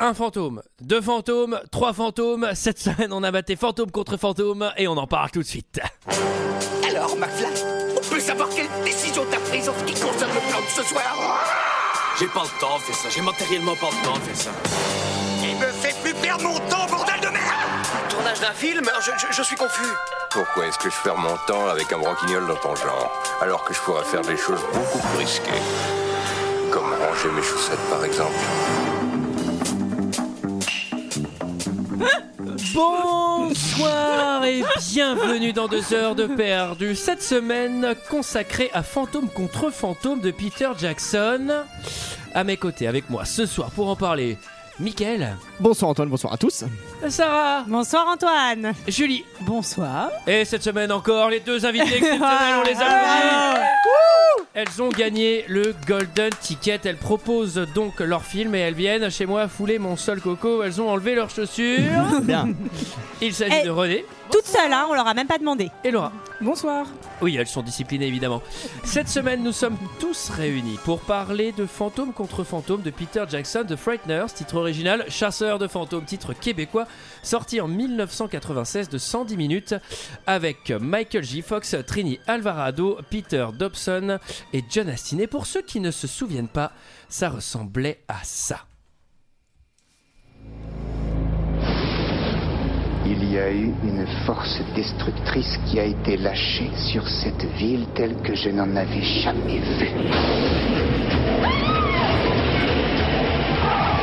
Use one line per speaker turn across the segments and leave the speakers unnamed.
Un fantôme, deux fantômes, trois fantômes. Cette semaine, on a batté fantôme contre fantôme et on en parle tout de suite.
Alors, McFly, on peut savoir quelle décision t'as prise en ce qui concerne le plan de ce soir
J'ai pas le temps de faire ça, j'ai matériellement pas le temps de faire ça.
Il me fait plus perdre mon temps, bordel de merde
Tournage d'un film je, je- je suis confus.
Pourquoi est-ce que je perds mon temps avec un broquignol dans ton genre Alors que je pourrais faire des choses beaucoup plus risquées. Comme ranger mes chaussettes par exemple.
Bonsoir et bienvenue dans deux heures de perdu. Cette semaine consacrée à Fantôme contre Fantôme de Peter Jackson. À mes côtés, avec moi ce soir pour en parler, Mickaël,
Bonsoir Antoine, bonsoir à tous.
Sarah,
Bonsoir Antoine.
Julie.
Bonsoir.
Et cette semaine encore, les deux invités exceptionnels, on les applaudit. Elles ont gagné le Golden Ticket. Elles proposent donc leur film et elles viennent chez moi fouler mon seul coco. Elles ont enlevé leurs chaussures.
Bien.
Il s'agit
Eh.
de René
Toute seule, hein, on leur a même pas demandé.
et Laura.
Bonsoir.
Oui, elles sont disciplinées évidemment. Cette semaine, nous sommes tous réunis pour parler de Fantôme contre Fantôme de Peter Jackson, The Frighteners, titre original, Chasseur de fantômes, titre québécois, sorti en 1996 de 110 minutes avec Michael J. Fox, Trini Alvarado, Peter Dobson et John Astin. Et pour ceux qui ne se souviennent pas, ça ressemblait à ça.
Il y a eu une force destructrice qui a été lâchée sur cette ville telle que je n'en avais jamais vue.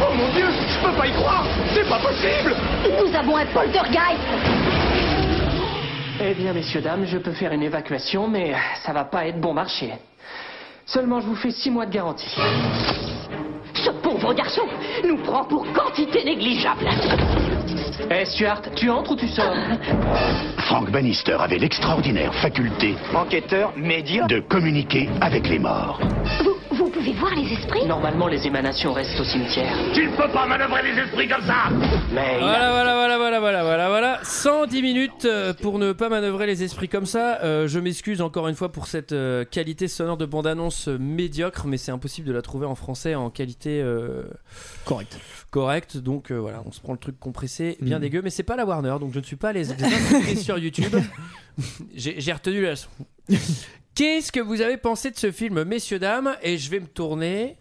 Oh mon dieu, je peux pas y croire C'est pas possible
Nous avons un poltergeist
Eh bien, messieurs, dames, je peux faire une évacuation, mais ça va pas être bon marché. Seulement, je vous fais six mois de garantie.
Ce pauvre garçon nous prend pour quantité négligeable
Eh, Stuart, tu entres ou tu sors
Frank Bannister avait l'extraordinaire faculté
Enquêteur, média
de communiquer avec les morts.
Vous, vous pouvez voir les esprits
Normalement, les émanations restent au cimetière.
Tu ne peux pas manœuvrer les esprits comme ça
Mais il
Voilà, voilà, voilà, voilà, voilà, voilà, voilà. 110 minutes euh, pour ne pas manœuvrer les esprits comme ça. Euh, je m'excuse encore une fois pour cette euh, qualité sonore de bande-annonce euh, médiocre, mais c'est impossible de la trouver en français en qualité euh,
Correct.
correcte. Donc euh, voilà, on se prend le truc compressé, bien
Mm.
dégueu. Mais c'est pas la Warner, donc je ne suis pas les les inscrits sur YouTube. J'ai j'ai retenu la leçon. Qu'est-ce que vous avez pensé de ce film, messieurs, dames Et je vais me tourner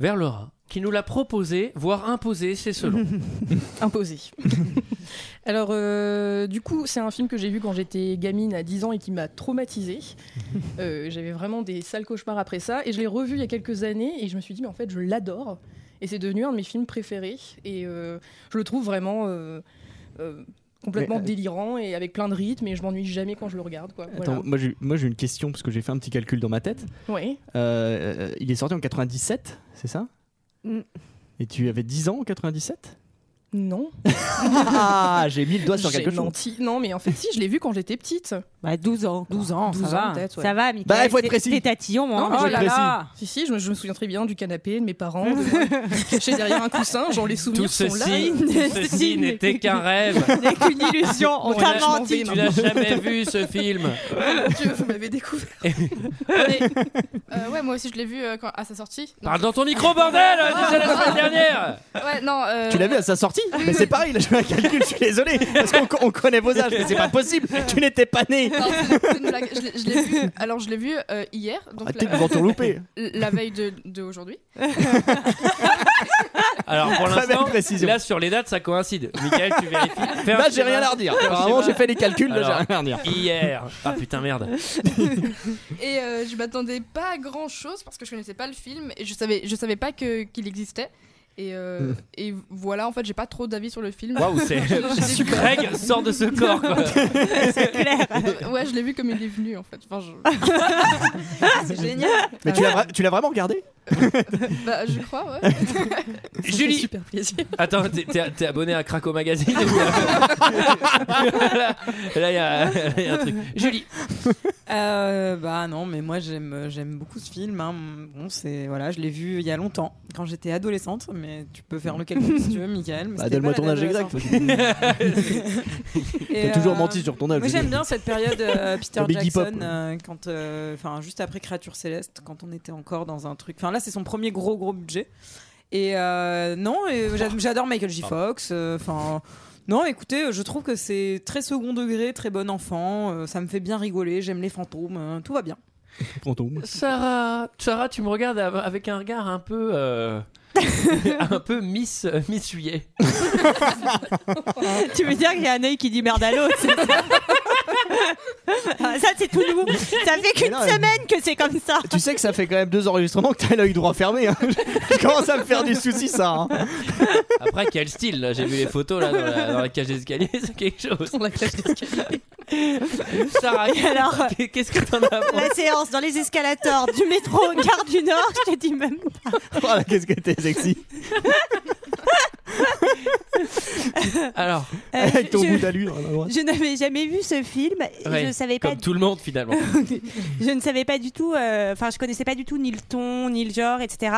vers Laura, qui nous l'a proposé, voire imposé, c'est selon.
Imposé. Alors, euh, du coup, c'est un film que j'ai vu quand j'étais gamine à 10 ans et qui m'a traumatisée. Euh, J'avais vraiment des sales cauchemars après ça. Et je l'ai revu il y a quelques années et je me suis dit, mais en fait, je l'adore. Et c'est devenu un de mes films préférés. Et euh, je le trouve vraiment euh, euh, complètement
Mais, euh,
délirant et avec plein de rythmes. Et je m'ennuie jamais quand je le regarde. Quoi.
Attends, moi j'ai moi, j'ai une question parce que j'ai fait un petit calcul dans ma tête.
Voilà. Ouais.
Euh, euh, il est sorti en 97, c'est ça
Mm.
Et tu avais 10 ans en 97
Non.
Ah, j'ai mis le doigt sur
J'ai
quelque chose.
menti. Non, mais en fait, si, je l'ai vu quand j'étais petite.
Bah 12 ans. 12
ans, 12
ça
ans
Ah,
va.
peut-être, ouais.
Ça va, Mickaël.
Bah, il faut être
t'es-
précis.
T'es tatillon, moi.
Non, mais
hein.
Oh là Si, si, je me, je me souviens très bien du canapé, de mes parents, de moi, caché derrière un coussin, j'en les souvenirs
Tout
sont là.
ceci, tout ceci n'était qu'un rêve.
N'est qu'une illusion. On
Bon,
t'a
là, je m'en
menti.
vais,
Tu n'as jamais vu ce film.
Oh mon Dieu, vous m'avez découvert.
euh, Ouais, moi aussi je l'ai vu euh, quand- à sa sortie.
Parle dans ton micro, bordel Déjà la semaine dernière
Ouais, non, euh,
Tu l'as vu à sa sortie Mais c'est pareil, là je fais un calcul, je suis désolé. Parce qu'on co- on connaît vos âges, mais c'est pas possible. Tu n'étais pas né.
non, c'est- c'est une blague. Je l'ai- je l'ai vu. Alors je l'ai vu euh, hier, donc
Arrêtez de
la,
vous entourlouper.
la veille de, de aujourd'hui.
Alors pour
Très belle
l'instant,
précision.
là sur les dates ça coïncide. Michael, tu vérifies. Fais un
Là j'ai
schéma.
rien à redire. Apparemment j'ai fait les calculs, là j'ai
Alors.
rien à redire.
Hier. Ah putain merde.
Et euh, je m'attendais pas à grand chose parce que je connaissais pas le film et je savais, je savais pas que- qu'il existait. Et, euh,
Mm.
et voilà, en fait, j'ai pas trop d'avis sur le film.
Waouh, c'est. Greg sort de ce corps quoi.
Euh, ouais, je l'ai vu comme il est venu en fait. Enfin, je... Ah,
C'est génial.
Mais tu l'as vra- tu l'as vraiment regardé
Bah, je crois, ouais.
Julie.
super plaisir.
Attends, t'es- t'es t'es abonné à Craco Magazine ou à- Là il y, a- là, y a un truc. Julie.
Euh, bah non, mais moi j'aime j'aime beaucoup ce film. hein. Bon, c'est voilà, je l'ai vu il y a longtemps, quand j'étais adolescente. Mais tu peux faire le calcul si tu veux, Michael. mais
Bah,
c'était
donne-moi
pas
ton
la
âge exact.
adolescence. Et,
T'as toujours
euh,
menti sur ton âge.
Moi
je
j'aime bien cette période euh, Peter
Le Biggie
Jackson,
Pop.
euh, quand, euh, enfin juste après Créature Céleste, quand on était encore dans un truc. Enfin là c'est son premier gros gros budget.
Et euh, non, et j'a- j'adore Michael
Ah.
J. Fox. euh, Enfin. non, écoutez, je trouve que c'est très second degré, très bon enfant. euh, ça me fait bien rigoler. J'aime les fantômes. euh, tout va bien.
Sarah, Sarah, tu me regardes av- avec un regard un peu. euh, un peu Miss, euh, Miss Juillet.
tu veux dire qu'il y a un œil qui dit merde à l'autre c'est ça Ah, Ça, c'est tout nous. Ça fait qu'une semaine que c'est comme ça.
Tu sais que ça fait quand même deux enregistrements que t'as l'œil droit fermé. hein. Je commence à me faire du souci, ça. hein.
Après, quel style là. J'ai vu les photos là, dans, la, dans la cage d'escalier, c'est quelque chose. Sarah,
Et alors, euh,
qu'est-ce que t'en as pensé
La séance dans les escalators du métro Gare du Nord, je te dis même pas.
Voilà, qu'est-ce que t'es sexy.
Alors,
Euh,
Avec ton
je-
bout d'allure. à la droite.
Je n'avais jamais vu ce film. et
Ouais,
je savais pas.
comme tout le monde finalement.
je ne savais pas du tout. euh, Enfin, je connaissais pas du tout ni le ton, ni le genre, etc.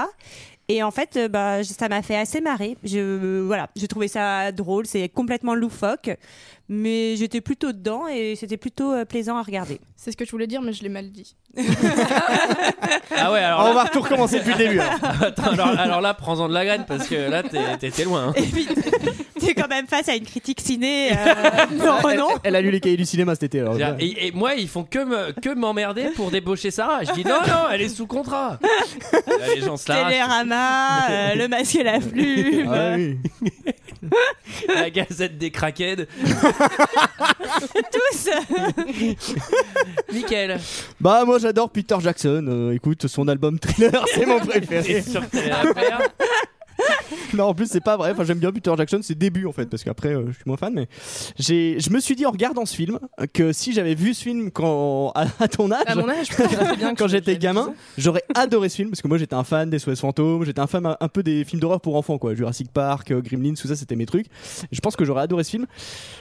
Et en fait, euh, bah, je- ça m'a fait assez marrer. Je voilà, j'ai trouvé ça drôle. C'est complètement loufoque, mais j'étais plutôt dedans et c'était plutôt euh, plaisant à regarder.
C'est ce que je voulais dire, mais je l'ai mal dit.
Ah ouais, alors.
Ah,
là-
on va tout recommencer depuis le début. alors.
Attends, alors, alors là, prends-en de la graine parce que là, t'es- t'es t'es loin. hein.
T'es quand même face à une critique ciné. euh,
Ah,
non,
elle,
non.
elle a lu les cahiers du cinéma cet été. alors.
C'est-à-dire, Et, et moi, ils font que me- que m'emmerder pour débaucher Sarah. Je dis non, non, elle est sous contrat. Et là, les gens se l'arrachent.
Télérama, euh, le masque et la plume.
Ah oui.
La gazette des craquettes.
Tous.
Nickel.
Bah moi j'adore Peter Jackson. Euh, écoute, son album Thriller, c'est mon
T'es
préféré.
sûr que t'allais la faire
non, en plus c'est pas vrai. Enfin, j'aime bien Peter Jackson, ses débuts en fait, parce qu'après euh, je suis moins fan. Mais j'ai, je me suis dit en regardant ce film euh, que si j'avais vu ce film quand à, à ton âge,
À mon âge, je pense que c'est bien que
quand
je-
j'étais
j'avais dix
gamin,
ans.
j'aurais adoré ce film parce que moi j'étais un fan des SOS fantômes, j'étais un fan un, un peu des films d'horreur pour enfants quoi, Jurassic Park, euh, Gremlins, tout ça c'était mes trucs. Je pense que j'aurais adoré ce film.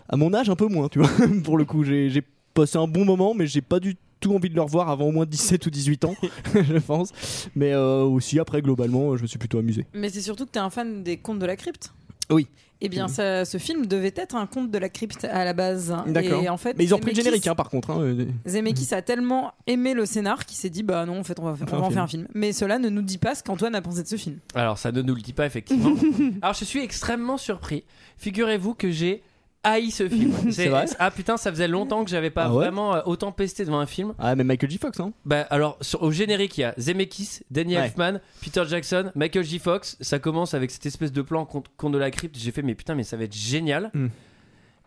À mon âge un peu moins, tu vois. pour le coup, j'ai j'ai passé un bon moment, mais j'ai pas du tout envie de le revoir avant au moins 17 ou 18 ans, je pense. Mais euh, aussi après globalement, euh, je me suis plutôt amusé.
Mais c'est surtout que tu es un fan des contes de la crypte.
Oui.
Eh bien,
Mhm.
ça- ce film devait être un conte de la crypte à la base. hein.
D'accord.
Et en fait,
mais ils ont repris le
Zemeckis-
générique hein, par contre. hein, euh,
Zemeckis
Mhm.
a tellement aimé le scénar qu'il s'est dit bah non en fait on va, faire-
Enfin,
on va
un
en
film.
faire un film mais cela ne nous dit pas ce qu'Antoine a pensé de ce film
Alors, ça ne nous le dit pas, effectivement. Alors, je suis extrêmement surpris. Figurez-vous que j'ai haï ce film.
C'est vrai
Ah putain, ça faisait longtemps que j'avais pas
Ah ouais
vraiment euh, autant pesté devant un film.
Ah mais Michael J Fox hein.
Bah, alors, sur- au générique, il y a Zemeckis, Danny
Ouais.
Elfman, Peter Jackson, Michael J. Fox. Ça commence avec cette espèce de plan contre, contre de la crypte. J'ai fait, mais putain, mais ça va être génial.
Mm.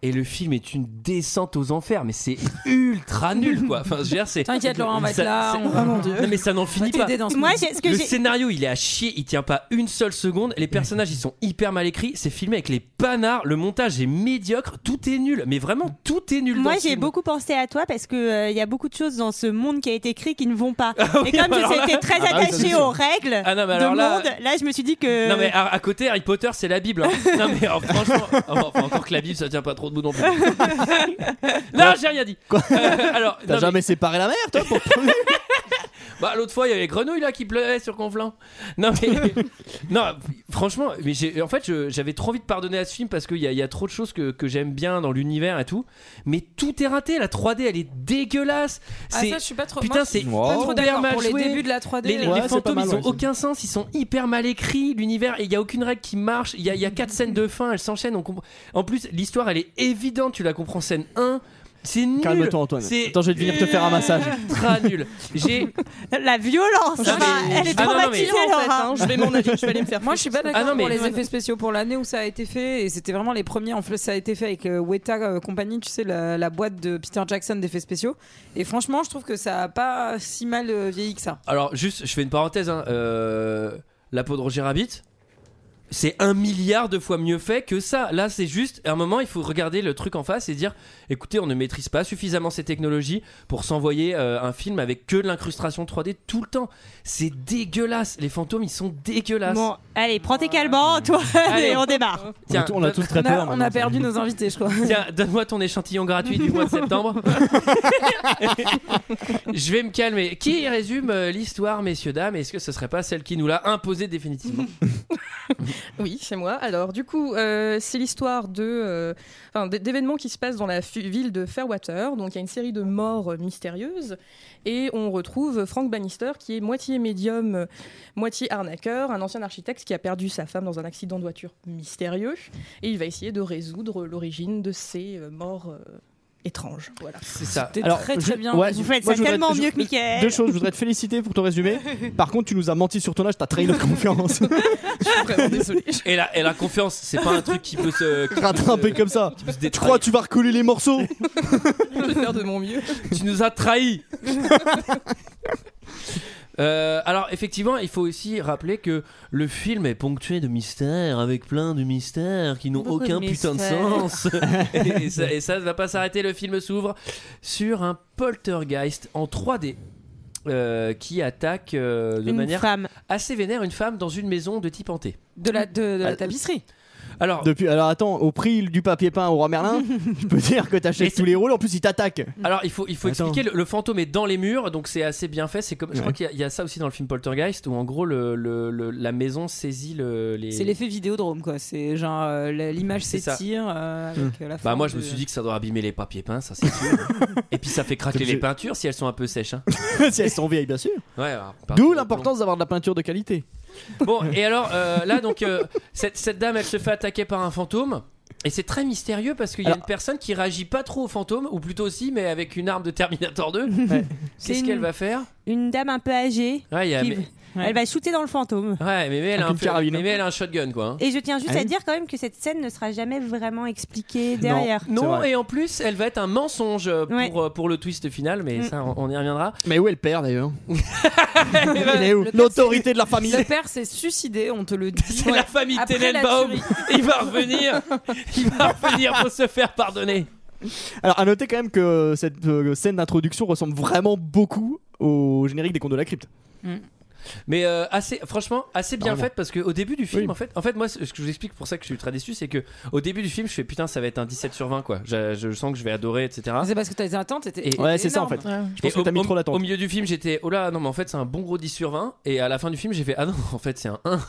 Et le film est une descente aux enfers, mais c'est ultra nul quoi. Enfin, je veux dire, c'est.
T'inquiète, Laurent, on va être
ça-
là,
c'est-
on va- mon Dieu.
Non, mais ça n'en finit pas.
t'aider dans ce
Moi, j'ai- ce que
Le
j'ai.
scénario, il est à chier, il tient pas une seule seconde. Les personnages, ils sont hyper mal écrits. C'est filmé avec les panards. Le montage est médiocre. Tout est nul. Mais vraiment, tout est nul.
Moi,
dans ce
j'ai
film.
beaucoup pensé à toi parce que euh, il y a beaucoup de choses dans ce monde qui a été écrit qui ne vont pas.
Ah oui,
et comme
alors là-
je étais
Ah
très
bah oui, ça, c'est
attachée
sûr.
aux règles
Ah non, mais
de
alors là-
monde, euh. là, je me suis dit que.
Non mais à, à côté Harry Potter c'est la Bible. hein. Non mais alors, franchement, alors, enfin, encore que la Bible ça tient pas trop debout non plus. non j'ai rien dit. Euh, alors
T'as
non,
jamais séparé la mer toi pour
mais- bah, l'autre fois il y avait les grenouilles là qui pleuvaient sur Conflans. Non mais non franchement mais j'ai en fait je- j'avais trop vite pardonné à ce film parce qu'il y, a- il y a trop de choses que, que j'aime bien dans l'univers et tout. Mais tout est raté la 3D elle est dégueulasse.
ah
C'est-
ça je suis pas trop
Putain,
moi, je suis
c'est
pas
Wow.
trop
hyper
d'accord
mal
pour les
joué.
débuts de la hein. 3D
Les, les-
là.
Ouais,
les
c'est
fantômes,
pas mal,
ils ont
ouais,
aucun sens, ils sont hyper mal écrits, l'univers, il y a aucune règle qui marche, il y a, il y a quatre scènes de fin, elles s'enchaînent. on comp- En plus, l'histoire, elle est évidente, tu la comprends scène 1. C'est nul.
Calme-toi Antoine.
C'est
Attends, je vais venir te faire un massage.
ultra nul. J'ai
La violence,
Ah,
enfin,
mais-
elle est hein.
Ah, non, non,
traumatisée,
mais-
Laura.
hein. je vais mon avis, je vais aller me faire.
hein. moi je suis pas d'accord
Ah, non,
pour
mais-
les effets spéciaux pour l'année où ça a été fait et c'était vraiment les premiers en fait ça a été fait avec euh, Weta euh, Company tu sais la, la boîte de Peter Jackson d'effets spéciaux et franchement je trouve que ça a pas si mal euh, vieilli que ça
Alors, juste, je fais une parenthèse. hein, euh, La peau de Roger Rabbit, c'est un milliard de fois mieux fait que ça. Là, c'est juste, à un moment, il faut regarder le truc en face et dire écoutez, on ne maîtrise pas suffisamment ces technologies pour s'envoyer euh, un film avec que de l'incrustration 3D tout le temps. C'est dégueulasse. Les fantômes, ils sont dégueulasses.
Bon, allez, prends tes calmants, toi,
Allez.
et on démarre.
Tiens,
on, a, tout- on
donne-
a tous très
on a,
peur.
on
maintenant.
a perdu nos invités je crois
Tiens, donne-moi ton échantillon gratuit du mois de septembre. je vais me calmer. Qui résume euh, l'histoire, messieurs, dames Est-ce que ce serait pas celle qui nous l'a imposée définitivement
Oui, c'est moi. Alors, du coup, euh, c'est l'histoire de, euh, enfin, d- d'événements qui se passent dans la fu- ville de Fairwater. Donc, il y a une série de morts euh, mystérieuses. Et on retrouve Frank Bannister, qui est moitié médium, euh, moitié arnaqueur, un ancien architecte qui a perdu sa femme dans un accident de voiture mystérieux. Et il va essayer de résoudre l'origine de ces euh, morts. euh, étranges. Voilà.
C'est ça.
C'était
Alors,
très
je-
très bien.
ouais,
Vous faites
moi,
ça
je voudrais-
tellement
je-
mieux que Michael.
Deux choses, je voudrais te féliciter pour ton résumé. Par contre, tu nous as menti sur ton âge, t'as trahi notre confiance.
Et la, et la confiance, c'est pas un truc qui peut se. qui peut se-
Rattrapé comme ça. Tu crois que tu vas recoller les morceaux
Je vais faire de mon mieux.
Tu nous as trahis. Euh, alors effectivement, il faut aussi rappeler que le film est ponctué de mystères, avec plein de mystères qui n'ont
Beaucoup de
aucun putain de
mystères.
sens. et, et ça, et ça ne va pas s'arrêter. Le film s'ouvre sur un poltergeist en 3D. euh, qui attaque euh, de
Une
manière
femme.
assez vénère une femme dans une maison de type hanté.
De la, de,
la
tapisserie.
Alors,
Depuis, alors attends, au prix du papier peint au roi Merlin, je peux dire que t'achètes tous les rôles, en plus il t'attaque.
Mm. Alors il faut, il faut
Attends.
expliquer, le, le fantôme est dans les murs, donc c'est assez bien fait. C'est comme, Je crois
Ouais.
qu'il y a- il y, a ça aussi dans le film Poltergeist, où en gros le, le- le- la maison saisit le, les...
C'est l'effet vidéodrome, quoi. C'est genre euh, la- l'image
C'est ça.
s'étire euh, avec euh, la
Bah
forme
moi je me
de-
suis dit que ça doit abîmer les papiers peints, ça c'est sûr. hein. Et puis ça fait craquer
Comme
les
j'ai-
peintures si elles sont un peu sèches. hein.
si elles sont vieilles, bien sûr.
Ouais, alors,
D'où l'importance d'avoir de la peinture de qualité.
Bon, et alors euh, là, donc, euh, cette, cette dame, elle se fait attaquer par un fantôme. Et c'est très mystérieux parce qu'il y a une personne qui réagit pas trop au fantôme, ou plutôt aussi, mais avec une arme de Terminator 2. Qu'est-ce
une-
qu'elle va faire
Une dame un peu âgée.
Ouais, il y a-
qui-
Ah, mais-
Elle va shooter dans le fantôme.
Ouais, mais, mais elle, a
Avec
un
une
feu-
carabine.
mais elle a un shotgun, quoi. hein.
Et je tiens juste
Ah
à
oui.
dire quand même que cette scène ne sera jamais vraiment expliquée derrière.
Non, et en plus, elle va être un mensonge euh, pour, euh, pour le twist final,
Mm.
mais ça, on, on y reviendra.
Mais où est le père d'ailleurs
Il est où
Le père,
L'autorité de la famille.
Le père s'est suicidé, on te le dit.
C'est la famille
Après la
Tenenbaum.
tuerie.
Il va revenir. Il va revenir pour se faire pardonner.
Alors, à noter quand même que cette euh, scène d'introduction ressemble vraiment beaucoup au générique des contes de la crypte.
Mais euh, assez, franchement, assez bien
Vraiment.
faite parce que au début du film,
Oui.
en fait, en fait, moi, ce ce que je vous explique pour ça que je suis très déçu, c'est que au début du film, je fais putain, ça va être un 17 sur 20 quoi. Je, je sens que je vais adorer, etc.
C'est parce que t'as des attentes.
Et-
Était,
Ouais, c'est ça, en
énorme.
fait. Et au, au- au milieu du film, j'étais oh là, non, mais en fait, c'est un bon gros 10 sur 20. Et à la fin du film, j'ai fait ah non, en fait, c'est un 1.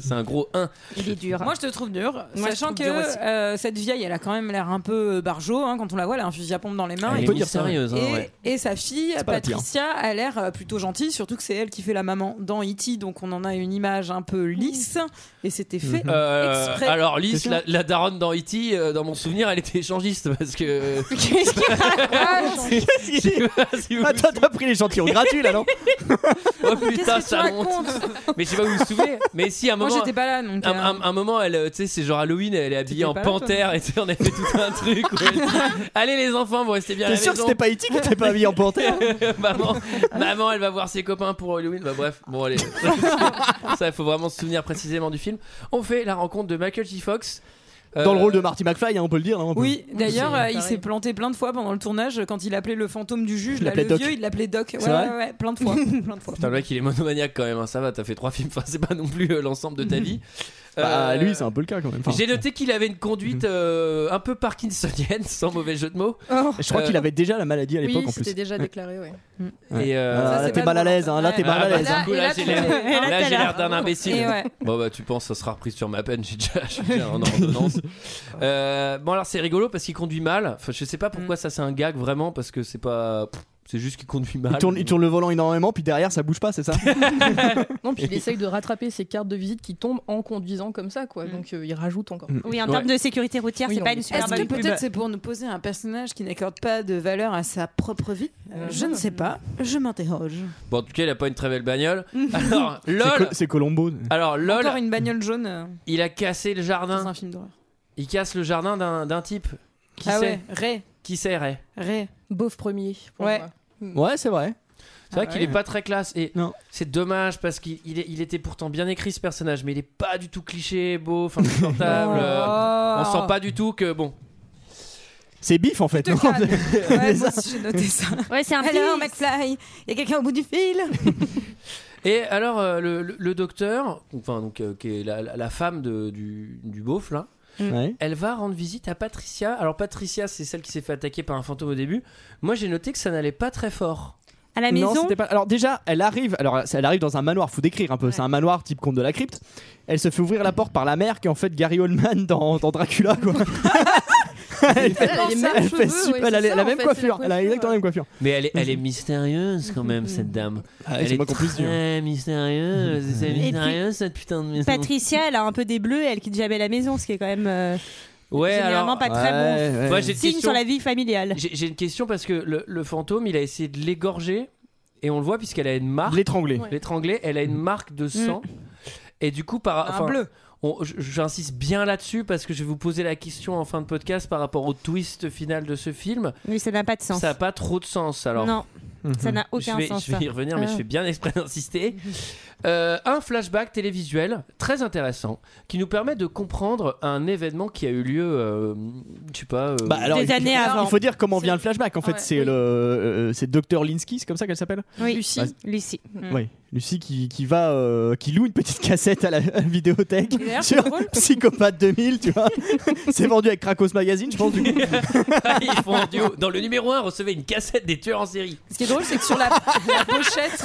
c'est un gros 1.
Il est dur.
Moi, je te trouve dur.
Moi, je
sachant
trouve
que
dur aussi.
euh, cette vieille, elle a quand même l'air un peu euh, barjot. hein, quand on la voit, elle a un fusil à pompe dans les
Ah,
mains.
Elle
et
est
tout.
mystérieuse, hein,
et,
ouais.
et sa fille,
C'est pas la pire.
Patricia, a l'air euh, plutôt gentille. Surtout que c'est elle qui fait la maman dans E.T. Donc on en a une image un peu lisse. Et c'était fait
Mhm.
Euh,
exprès.
alors Lys, la, la daronne dans E.T., euh, dans mon souvenir, elle était échangiste parce que.
Qu'est-ce qu'il raconte
Attends, Ah, t'as pris l'échantillon gratuit là, non
Oh
Qu'est-ce
putain,
que tu
ça monte. Mais je sais pas vous vous souvenez, mais si à un
Moi,
moment.
j'étais pas là, donc,
un,
euh,
hein.
un- un moment, elle, euh, tu sais, c'est genre Halloween, elle est habillée en
pas là, toi,
panthère
non
et tu sais, on a fait tout un truc. où elle dit, Allez les enfants, vous restez bien à
T'es
la
sûr que
maison.
c'était pas E.T. qui était pas habillé en panthère
maman, maman, elle va voir ses copains pour Halloween. Bah bref, bon allez. ça, il faut vraiment se souvenir précisément du film. On fait la rencontre de Michael J. Fox. euh,
Dans le rôle de Marty McFly, hein, on peut le dire. hein, on peut-
Oui, d'ailleurs,
c'est
euh, il
pareil.
s'est planté plein de fois pendant le tournage quand il appelait le fantôme du juge,
Il
là, le
l'appelait Doc.
vieux, il l'appelait Doc. Ouais,
C'est vrai
ouais, ouais, plein de fois. plein de fois.
Putain, le mec, il est monomaniaque quand même, hein, ça va, t'as fait trois films, enfin, c'est pas non plus euh, l'ensemble de ta vie.
Bah,
Euh,
lui, c'est un peu le cas quand même. Enfin, Mhm.
J'ai noté qu'il avait une conduite euh, un peu parkinsonienne, sans mauvais jeu de mots.
Oh.
Je crois
Euh,
qu'il avait déjà la maladie à l'époque en plus. Ouais.
ouais.
Ouais.
Et, euh,
Ah,
Ça,
là,
c'est
t'es
pas
mal à l'aise, hein, là, t'es
Ah,
mal à l'aise.
bah,
hein.
coup, Ah, bah, là, j'ai l'air-
Et
là,
là, t'as
j'ai l'air
l'air-
d'un imbécile.
Et ouais.
Bon, bah, tu penses, ça sera repris sur ma peine. J'ai déjà, j'ai déjà un ordonnance. Euh, bon, alors, c'est rigolo parce qu'il conduit mal. Enfin, je sais pas pourquoi ça, c'est un gag vraiment, parce que c'est pas. pff, C'est juste qu'il conduit mal.
Il tourne, il tourne le volant énormément, puis derrière ça bouge pas, c'est ça
Non, puis il essaye de rattraper ses cartes de visite qui tombent en conduisant comme ça, quoi. Donc euh, il rajoute encore.
Mm.
Oui, en termes de sécurité routière,
Oui,
c'est
non,
pas
mais-
une super
Est-ce que
bonne
peut-être c'est pour nous poser un personnage qui n'accorde pas de valeur à sa propre vie
Euh,
Je ne sais pas, je m'interroge.
Bon, en tout cas, il a pas une très belle bagnole. Alors,
C'est
lol.
Col- C'est Colombo.
Alors, lol.
Encore une bagnole jaune. euh,
Il a cassé le
Hein.
jardin.
un film d'horreur.
Il casse le jardin d'un d'un type. Qui
Ah
c'est
ouais, Ray.
Qui c'est Ray
Ray.
Beauf premier. pour
Ouais.
moi.
Ouais, c'est vrai.
C'est vrai
Ah
qu'il
ouais.
est pas très classe et c'est dommage parce qu'il il est- il était pourtant bien écrit ce personnage, mais il est pas du tout cliché, beau, enfin confortable. euh,
Oh.
on sent pas du tout que bon.
C'est bif en fait. non Ah
Ouais, moi aussi, j'ai noté ça.
Ouais, c'est un
Alors,
petit-
McFly, il y a quelqu'un au bout du fil
Et alors euh, le, le- le docteur, enfin donc euh, qui est la, la- la femme de- du, du beauf là.
Mm. Ouais.
Elle va rendre visite à Patricia. Alors Patricia, c'est celle qui s'est fait attaquer par un fantôme au début. Moi, j'ai noté que ça n'allait pas très fort.
à la
Non,
maison.
c'était pas- Alors déjà, elle arrive. Alors elle arrive dans un manoir. Faut décrire un peu. C'est un manoir type conte de la crypte. Elle se fait ouvrir la porte par la mère qui est en fait Gary Oldman dans, dans Dracula quoi. elle fait,
Elle a les mêmes
elle fait
cheveux,
super-
ouais,
elle a
c'est
les-
ça,
la
en
même
fait, c'est la
coiffure. Elle a exactement la même coiffure.
Mais elle est, elle est mystérieuse quand même, cette dame.
Ah,
elle
c'est
est
pas qu'on puisse
très mystérieuse. C'est
Et puis-
mystérieux cette putain de maison.
Patricia, elle a un peu des bleus et elle quitte jamais la maison, ce qui est quand même euh,
Ouais,
généralement
alors-
pas très bon
Moi, j'ai
signe
une question.
sur la vie familiale.
J'ai j'ai une question parce que le, le fantôme, il a essayé de l'égorger et on le voit puisqu'elle a une marque.
L'étrangler.
Ouais. L'étrangler. Elle a une marque de
Mm.
sang. Et du coup, par
Un bleu.
on- j- J'insiste bien là-dessus parce que je vais vous poser la question en fin de podcast par rapport au twist final de ce film.
Mais ça n'a pas de sens.
Ça n'a pas trop de sens alors.
Non, ça n'a aucun
je vais,
sens.
Je vais y
ça.
revenir, mais
Ah.
je fais bien exprès d'insister. Euh, un flashback télévisuel très intéressant qui nous permet de comprendre un événement qui a eu lieu, euh, je sais pas, euh,
Bah, alors, il- il, Il faut dire comment vient le flashback. En fait, c'est le euh, c'est Dr Linsky, c'est comme ça qu'elle s'appelle.
Oui. Mm.
Bah,
Lucie.
Oui, Lucie qui, qui va, euh, qui loue une petite cassette à la, à la vidéothèque
d'ailleurs, c'est
sur Psychopathe 2000, tu vois. C'est vendu avec Krakos Magazine, je pense. Du coup.
Ils font en duo. Dans le numéro 1, recevez une cassette des tueurs en série.
Ce qui est drôle, c'est que sur la, la pochette,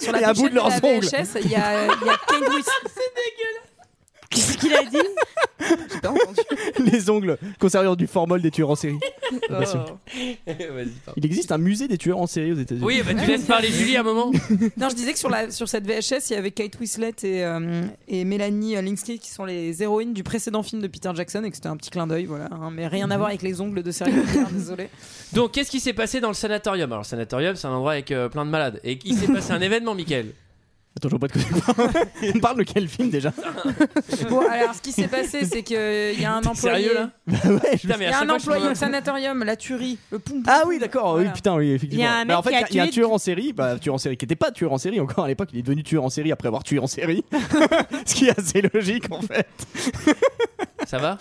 sur
Et
la
à
pochette
bout de leurs
la
ongles.
VHS, il y a, il y a Kate Winslet.
Qu'est-ce qu'il a dit
Les ongles conservant du formol des tueurs en série. Ah, Bien sûr.
euh,
Eh, Vas-y, pardon.
Il existe un musée des tueurs en série aux États-Unis.
Oui, bah, tu laisses parler Julie un moment.
Non, je disais que sur, la, sur cette VHS, il y avait Kate Winslet et, euh, et Mélanie Linsky qui sont les héroïnes du précédent film de Peter Jackson et que c'était un petit clin d'œil, voilà. hein, mais
Mhm.
rien à voir avec les ongles de série. désolé.
Donc, qu'est-ce qui s'est passé dans le sanatorium Alors, le sanatorium, c'est un endroit avec euh, plein de malades. Et il s'est passé un événement, Michael.
Attends, je vois pas de quoi tu parles. On parle de quel film déjà
Bon, alors ce qui s'est passé, c'est qu'il y a un
T'es
employé.
sérieux, là Bah ouais, je me-
Il y a un employé au sanatorium, la tuerie, le poum.
Ah oui, d'accord,
Voilà.
oui, putain, oui, effectivement.
Il y a un
Mais
mec
en fait,
qui a
il y a un
tué-
tueur en série, bah, tueur en série qui n'était pas tueur en série encore à l'époque, il est devenu tueur en série après avoir tué en série. Ce qui est assez logique en fait.
Ça va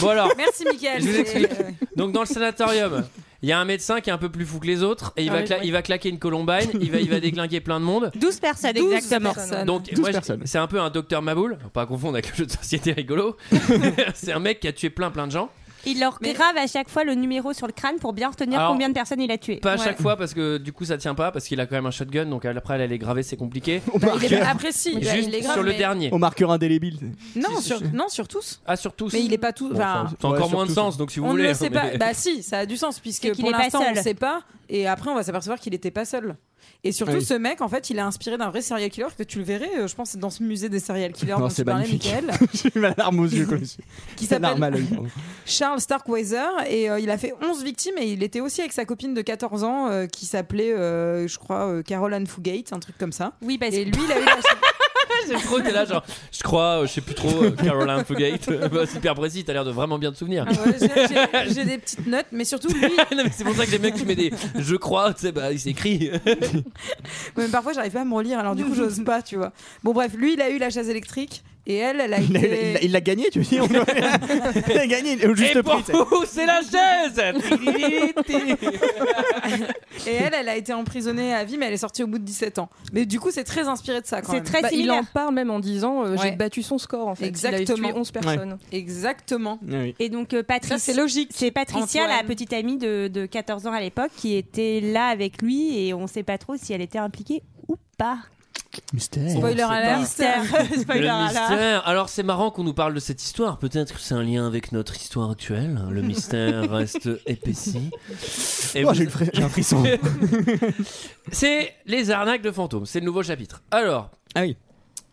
Bon, alors.
Merci, Michael.
Je vous
C'est-
explique. Donc dans le sanatorium, il y a un médecin qui est un peu plus fou que les autres et il,
Ah
va,
oui,
cla-
oui.
il va claquer une colombine, il va, il va déglinguer plein de monde.
12 personnes, exactement.
Donc moi, je- c'est un peu un docteur Maboul, faut pas confondre avec le jeu de société rigolo. c'est un mec qui a tué plein plein de gens.
Il leur grave à chaque fois le numéro sur le crâne pour bien retenir
Alors,
combien de personnes il a tué.
Pas à chaque fois parce que du coup ça tient pas parce qu'il a quand même un shotgun donc après aller les graver c'est compliqué.
Bah, il est- marqueur.
après, si, bah,
Juste
il est grave,
sur le
mais-
dernier.
Au marqueur indélébile.
Non, sur, non, sur tous.
Ah sur tous.
Mais il est pas tout.
Bon,
enfin,
enfin, ça a
Ouais,
encore
sur
moins de
tous.
sens donc si vous
on ne
voulez.
le sait pas.
mais-
Bah si, ça a du sens puisque
C'est qu'il
pour
est pas
l'instant on ne
seul.
sait pas. Et après on va s'apercevoir qu'il n'était pas seul. Et surtout
Ah oui.
ce mec en fait il est inspiré d'un vrai serial killer que tu le verrais euh, je pense dans ce musée des serial killers
Non,
dont
c'est
tu parlais
magnifique.
Michael.
J'ai eu la larme aux yeux comme ça.
Qui
La larme à
s'appelle-
l'œil, pardon.
Charles Starkweather et euh, il a fait 11 victimes et il était aussi avec sa copine de 14 ans euh, qui s'appelait euh, je crois euh, Carol Ann Fugate un truc comme ça.
Oui parce
et lui il a eu la
J'aime trop, t'es là, genre, je crois, euh, je sais plus trop, euh, Caroline Fugate. Bah, c'est hyper précis, t'as l'air de vraiment bien te souvenir.
Ah j'ai- j'ai des petites notes mais surtout lui
Non, mais c'est pour ça que les mecs qui mettent des je crois, tu sais, bah, il s'écrit.
Même parfois, j'arrive pas à me relire, alors du coup, j'ose pas, tu vois. Bon, bref, lui, il a eu la chaise électrique et elle, elle a
Il a-
été.
il a- il l'a gagné, tu veux dire Il a gagné au juste
Et
prix.
pour
tu sais.
vous, c'est la chaise
et elle, elle a été emprisonnée à vie, mais elle est sortie au bout de 17 ans. Mais du coup, c'est très inspiré de ça quand
C'est
même.
très Bah, il similaire. en euh,
parle même en disant
J'ai battu son score en fait. Il
Exactement.
a tué 11 personnes.
Exactement.
Et donc euh, Patricia,
c'est logique.
C'est Patricia,
Antoine.
la petite amie de, de 14 ans à l'époque, qui était là avec lui et on sait pas trop si elle était impliquée ou pas.
Mystère.
Spoiler alert.
Mystère. Spoiler
Le
alert.
mystère. Alors, c'est marrant qu'on nous parle de cette histoire. Peut-être que c'est un lien avec notre histoire actuelle. Le mystère reste épaissi. Et
Oh,
vous-
j'ai le fri- j'ai un frisson.
c'est les arnaques de fantômes. C'est le nouveau chapitre. Alors.
Ah oui.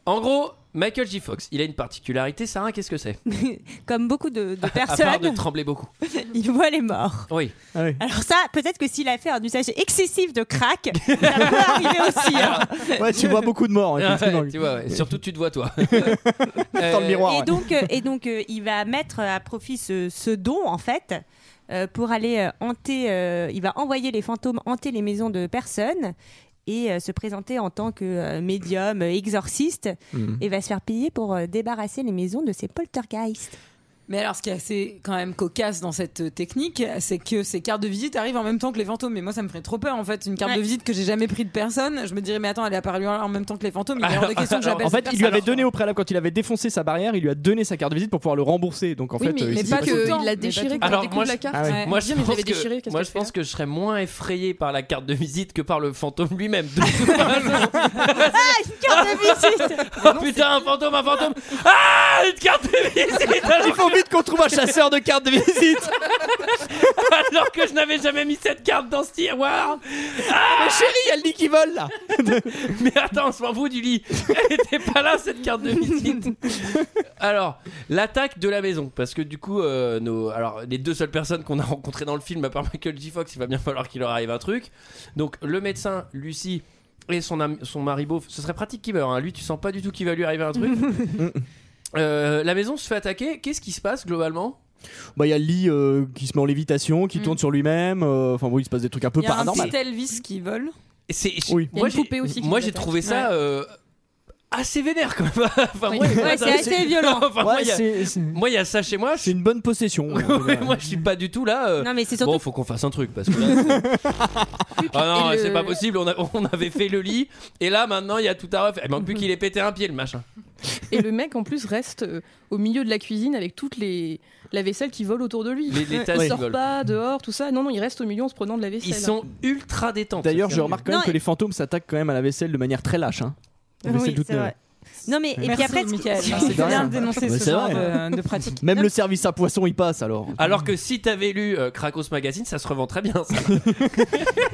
En gros, Michael J. Fox, il a une particularité. Sarah, qu'est-ce que c'est
Comme beaucoup de, de
À part de
personnes,
trembler beaucoup.
il voit les morts.
Oui.
Alors ça, peut-être que s'il a fait un usage excessif de crack, ça peut arriver aussi. hein.
Ouais, tu vois beaucoup de morts.
Ah
effectivement.
ouais, tu vois, ouais. Surtout, tu te vois, toi.
euh,
Euh,
Dans le miroir.
Et
ouais.
donc, euh, et donc euh, il va mettre à profit ce, ce don, en fait, euh, pour aller euh, hanter. euh, il va envoyer les fantômes hanter les maisons de personnes et euh, se présenter en tant que euh, médium, euh, exorciste,
Mhm.
et va se faire payer pour euh, débarrasser les maisons de ses poltergeists.
Mais alors, ce qui est assez quand même cocasse dans cette euh, technique, c'est que ces cartes de visite arrivent en même temps que les fantômes. Mais moi, ça me ferait trop peur en fait. Une carte de visite que j'ai jamais prise de personne, je me dirais, mais attends, elle est apparue en même temps que les fantômes. Il est hors de question que j'appelle
Ah, en fait,
cette
il lui avait
personne.
donné au préalable quand il avait défoncé sa barrière, il lui a donné sa carte de visite pour pouvoir le rembourser. Donc en
Oui,
fait,
mais-
euh, il
mais
s'est
pas
passé
que
autre
il
chose.
l'a
déchiré quand
Alors
elle
moi,
découvre la
je-
carte.
Ah ouais.
Ouais.
moi, je
Bien, mais Euh, il
pense,
l'avait déchiré,
que,
qu'est-ce
moi,
que
je
tu
pense que je serais moins effrayé par la carte de visite que par le fantôme lui-même. De toute façon.
Carte de visite
Ah
oh putain, un fantôme, un fantôme. Ah, une carte de visite.
Il faut vite qu'on trouve un chasseur de cartes de visite.
Alors que je n'avais jamais mis cette carte dans ce tiroir.
Ah, chérie, il y a le lit qui vole là.
Mais attends, on s'en fout du lit. Elle était pas là cette carte de visite. Alors, l'attaque de la maison, parce que du coup, euh, nos, alors les deux seules personnes qu'on a rencontrées dans le film, à part Michael J. Fox, il va bien falloir qu'il leur arrive un truc. Donc, le médecin, Lucie. Et son, ami- son mari beauf, ce serait pratique qu'il meure. hein. Lui, tu sens pas du tout qu'il va lui arriver un truc. Euh, la maison se fait attaquer. Qu'est-ce qui se passe globalement
Bah, il y a le lit euh, qui se met en lévitation, qui tourne sur lui-même. euh, Enfin bon, il se passe des trucs un peu
Il y a un
paranormal.
petit Elvis qui vole.
Et C'est
Oui.
moi, j'ai-
aussi qui
Moi,
nous
j'ai
attaque.
trouvé ça
Ouais.
euh, assez vénère quand même. Enfin,
Oui.
moi, il y a-
Ouais, c'est assez violent.
Enfin, moi,
Ouais,
il y a-
c'est- c'est-
moi, il y a ça chez moi.
C'est une bonne possession.
Ouais, moi je suis pas du tout là. euh,
Non, mais c'est surtout-
Bon, faut qu'on fasse un truc parce que là. c'est- ah non,
Et le-
c'est pas possible. On, a- on avait fait le lit et là maintenant il y a tout à refaire. Il manque plus qu'il ait pété un pied le machin.
Et le mec en plus reste euh, au milieu de la cuisine avec toutes les la vaisselle qui vole autour de lui.
Les- les tasses
il
qui
sort
volent.
pas dehors, tout ça. Non, non, il reste au milieu en se prenant de la vaisselle.
Ils sont ultra détentes.
D'ailleurs, je
ces
remarque quand même
Non,
que
et-
les fantômes s'attaquent quand même à la vaisselle de manière très lâche. Hein. La
Ah
vaisselle
oui,
toute
c'est
neuve.
vrai. Non mais et
Merci,
puis après ce qui-
Mickaël.
ce qui-
Ah,
c'est
c'est bien
dingue.
de dénoncer
Bah,
ce
c'est
genre
vrai.
de, de pratique.
Même le service à poisson, il passe alors.
Alors que si t'avais lu euh, Krakos Magazine, ça se revend très bien. ça.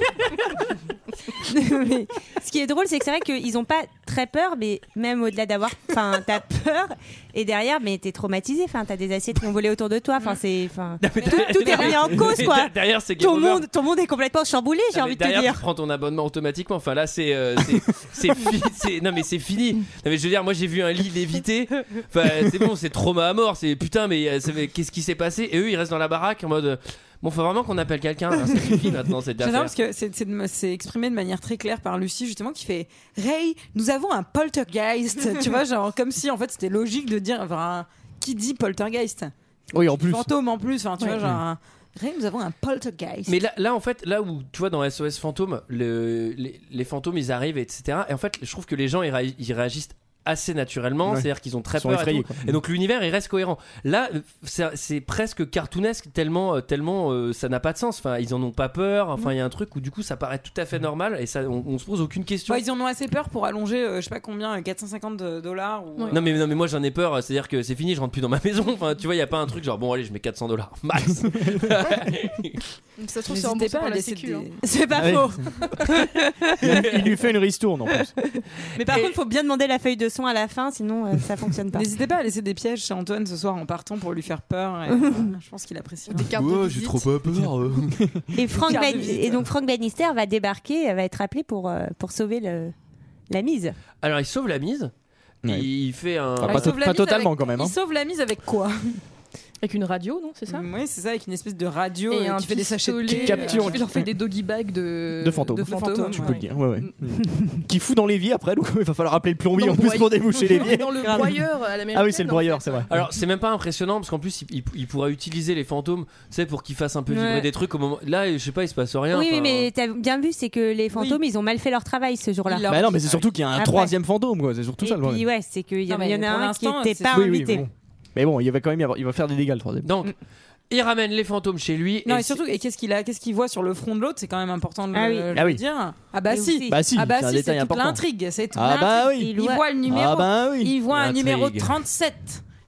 Mais ce qui est drôle, c'est que c'est vrai qu'ils ont pas très peur, mais même au-delà d'avoir, enfin, t'as peur et derrière, mais t'es traumatisé. Enfin, t'as des assiettes qui ont volé autour de toi. Enfin, c'est, enfin, tout, tout est remis en cause, quoi.
Derrière, c'est game
Ton
over.
monde, ton monde est complètement chamboulé. J'ai
Non, mais
envie de te
derrière,
dire.
tu prends ton abonnement automatiquement. Enfin là, c'est euh, c'est- c'est fi- c'est- non mais c'est fini. Non, mais je veux dire, moi j'ai vu un lit léviter. Enfin c'est bon, c'est trauma à mort. C'est putain, mais euh, ça fait- qu'est-ce qui s'est passé Et eux, ils restent dans la baraque en mode euh, bon, faut vraiment qu'on appelle quelqu'un. hein, ça suffit maintenant cette affaire.
J'adore parce que c'est- c'est de me- c'est exprimé de manière très claire par Lucie justement qui fait Ray, nous avons un poltergeist. tu vois, genre comme si en fait c'était logique de dire enfin, un- qui dit poltergeist
Oui, en plus.
Fantôme en plus, enfin tu
Ouais.
vois genre un- Ray, nous avons un poltergeist.
Mais là, là, en fait, là où tu vois dans SOS fantôme, le- les, les fantômes ils arrivent, etc. Et en fait, je trouve que les gens ils, réa- ils réagissent assez naturellement,
Ouais.
c'est-à-dire qu'ils ont très
Ils sont
peur. et
effrayés,
tout.
quoi.
et, donc l'univers il reste cohérent. Là, euh, c'est c'est presque cartoonesque tellement, euh, tellement euh, ça n'a pas de sens. Enfin, ils en ont pas peur. Enfin, il y a un truc où du coup ça paraît tout à fait normal et ça, on, on se pose aucune question.
Ouais, ils en ont assez peur pour allonger euh, je sais pas combien euh, 450 de- dollars ou
Non mais, non mais moi j'en ai peur, euh, c'est-à-dire que c'est fini, je rentre plus dans ma maison. Enfin, tu vois, il y a pas un truc genre bon allez, je mets 400 dollars max.
Ça se trouve, c'est
N'hésitez
remboursé
pas à
par la
laisser
sécu.
des-
hein.
C'est pas
Ah oui.
faux.
Il, il lui fait une ristourne en plus.
Mais par contre, faut bien demander la feuille de son à la fin, sinon euh, ça fonctionne pas.
N'hésitez pas à laisser des pièges chez Antoine ce soir en partant pour lui faire peur. et, euh, je pense qu'il apprécie. Des
cartes de
Oh, j'ai trop pas peur. euh.
Et, Frank
Carte de
Ban-
visite.
et donc Frank Bannister va débarquer, va être appelé pour euh, pour sauver le- la mise.
Alors il sauve la mise. Il fait un.
Enfin, pas Il sauve to- la pas mise totalement, avec- quand même, il hein.
sauve la mise avec quoi
Avec une radio, non C'est ça
Oui, c'est ça, avec une espèce de radio
Et
euh,
un
qui fait des sachets de
pistolet,
thé,
euh,
capture-
qui leur fait des doggy bags de,
De fantômes.
de fantômes,
tu
ouais.
peux le dire. Ouais, ouais. Qui fout dans l'évier après, donc il va falloir appeler le plombier en plus pour déboucher l'évier.
Dans le broyeur à l'américaine.
Ah oui, c'est le broyeur, c'est vrai.
Alors c'est même pas impressionnant parce qu'en plus il, il- il pourrait utiliser les fantômes, tu sais, pour qu'ils fassent un peu vibrer
Ouais.
des trucs au moment. Là, je sais pas, il se passe rien.
oui,
enfin,
mais t'as bien vu, c'est que les fantômes, ils ont mal fait leur travail ce jour-là.
Bah non, mais c'est surtout qu'il y a un
Après.
troisième fantôme, quoi. C'est surtout
Et
ça le
puis
problème.
ouais, c'est qu'il y,
Non,
en- il y en
mais
a
pour
un qui
l'instant,
n'était
c'est
pas
Oui, oui,
invité.
mais bon. Mais bon, il va quand même y avoir- il va faire des dégâts le troisième.
Donc, il ramène les fantômes chez lui.
Non,
et
et surtout, et qu'est-ce qu'il a, qu'est-ce qu'il voit sur le front de l'autre C'est quand même important de le,
Ah oui.
le
Ah oui.
dire. Ah bah
Et
si,
aussi. Bah si,
ah bah
c'est un
si,
détail
c'est toute
important.
l'intrigue, c'est toute
Ah bah
l'intrigue.
oui.
Il voit le numéro,
Ah bah oui.
il voit un
L'intrigue.
numéro 37.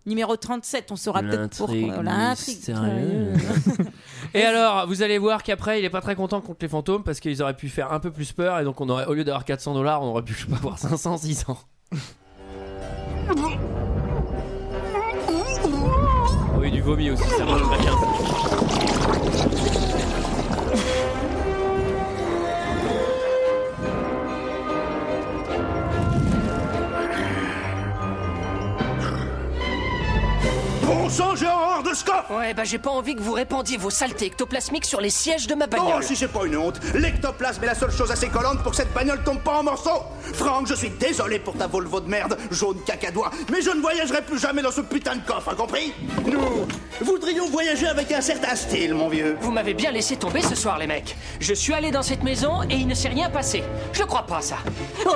Numéro 37, on saura peut-être pour
L'intrigue
l'intrigue.
mystérieuse. Et alors, vous allez voir qu'après, il est pas très content contre les fantômes parce qu'ils auraient pu faire un peu plus peur et donc on aurait, au lieu d'avoir 400 dollars, on aurait pu je sais pas avoir 500, 600. Ah Oui, du vomi aussi, ça marche très bien.
Bon
bon sang, j'ai horreur de ce coffre
Ouais, bah j'ai pas envie que vous répandiez vos saletés ectoplasmiques sur les sièges de ma
Oh,
bagnole.
si c'est pas une honte L'ectoplasme est la seule chose assez collante pour que cette bagnole tombe pas en morceaux Franck, je suis désolé pour ta Volvo de merde, jaune cacadois, mais je ne voyagerai plus jamais dans ce putain de coffre, hein, compris Nous voudrions voyager avec un certain style, mon vieux.
Vous m'avez bien laissé tomber ce soir, les mecs. Je suis allé dans cette maison et il ne s'est rien passé. Je crois pas à ça. Oh.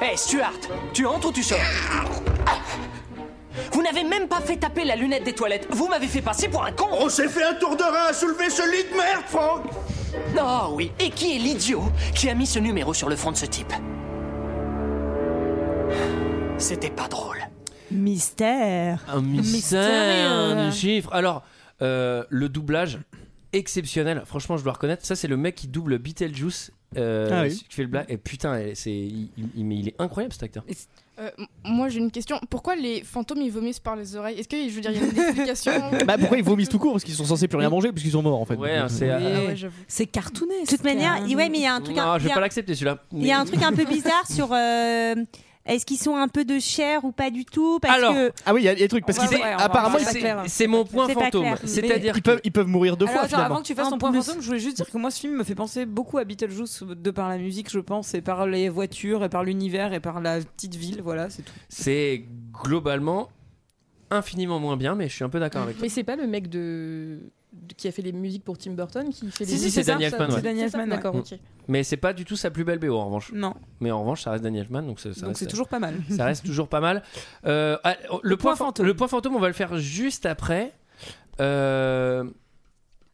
Hey Hey, Stuart, tu entres ou tu sors Vous n'avez même pas fait taper la lunette des toilettes. Vous m'avez fait passer pour un con.
On s'est fait un tour de rein à soulever ce lit de merde, Franck
Non, Oh oui. Et qui est l'idiot qui a mis ce numéro sur le front de ce type C'était pas drôle.
Mystère.
Un mystère
Mystérieux.
du chiffre. Alors, euh, le doublage exceptionnel. Franchement, je dois reconnaître. Ça, c'est le mec qui double Beetlejuice. euh,
Ah oui.
celui Qui fait le blague. Et putain, et c'est, il, il- mais il est incroyable cet acteur.
Euh, m- moi j'ai une question. Pourquoi les fantômes ils vomissent par les oreilles Est-ce que je veux dire il y a une explication
Bah pourquoi ils vomissent tout court Parce qu'ils sont censés plus rien manger, parce qu'ils sont morts en fait. euh,
Ouais, c'est- Ah ouais,
C'est cartoonesque. hein. De toute manière, il- ouais, mais il y a un truc.
Non,
un-
je
il y
vais
a-
pas l'accepter celui-là.
Il y a un truc un peu bizarre sur. euh, Est-ce qu'ils sont un peu de chair ou pas du tout Parce
Alors,
que...
Ah oui, il y a des trucs parce
Ouais,
qu'ils
ouais, on va-
apparemment
c'est pas
ils-
clair.
C'est mon point
C'est pas
fantôme.
clair.
C'est-à-dire
ils peuvent ils peuvent mourir deux
Alors,
fois
attends,
finalement.
avant que tu fasses
En
ton point
plus.
fantôme, je voulais juste dire que moi, ce film me fait penser beaucoup à Beetlejuice de par la musique, je pense, et par les voitures, et par l'univers, et par la petite ville. Voilà, c'est tout.
C'est globalement infiniment moins bien, mais je suis un peu d'accord avec toi.
Mais c'est pas le mec de... de- qui a fait les musiques pour Tim Burton qui fait les
Si, si,
musiques
c'est
ça,
Daniel
ça,
Elfman, ouais.
c'est
Daniel
ça
Elfman,
D'accord,
ouais.
ok.
Mais c'est pas du tout sa plus belle BO en revanche.
Non.
Mais en revanche, ça reste Daniel Elfman, donc ça, ça
Donc
reste-
c'est toujours pas mal.
ça reste toujours pas mal. Euh, ah, le, point fan- le point fantôme, on va le faire juste après. Euh,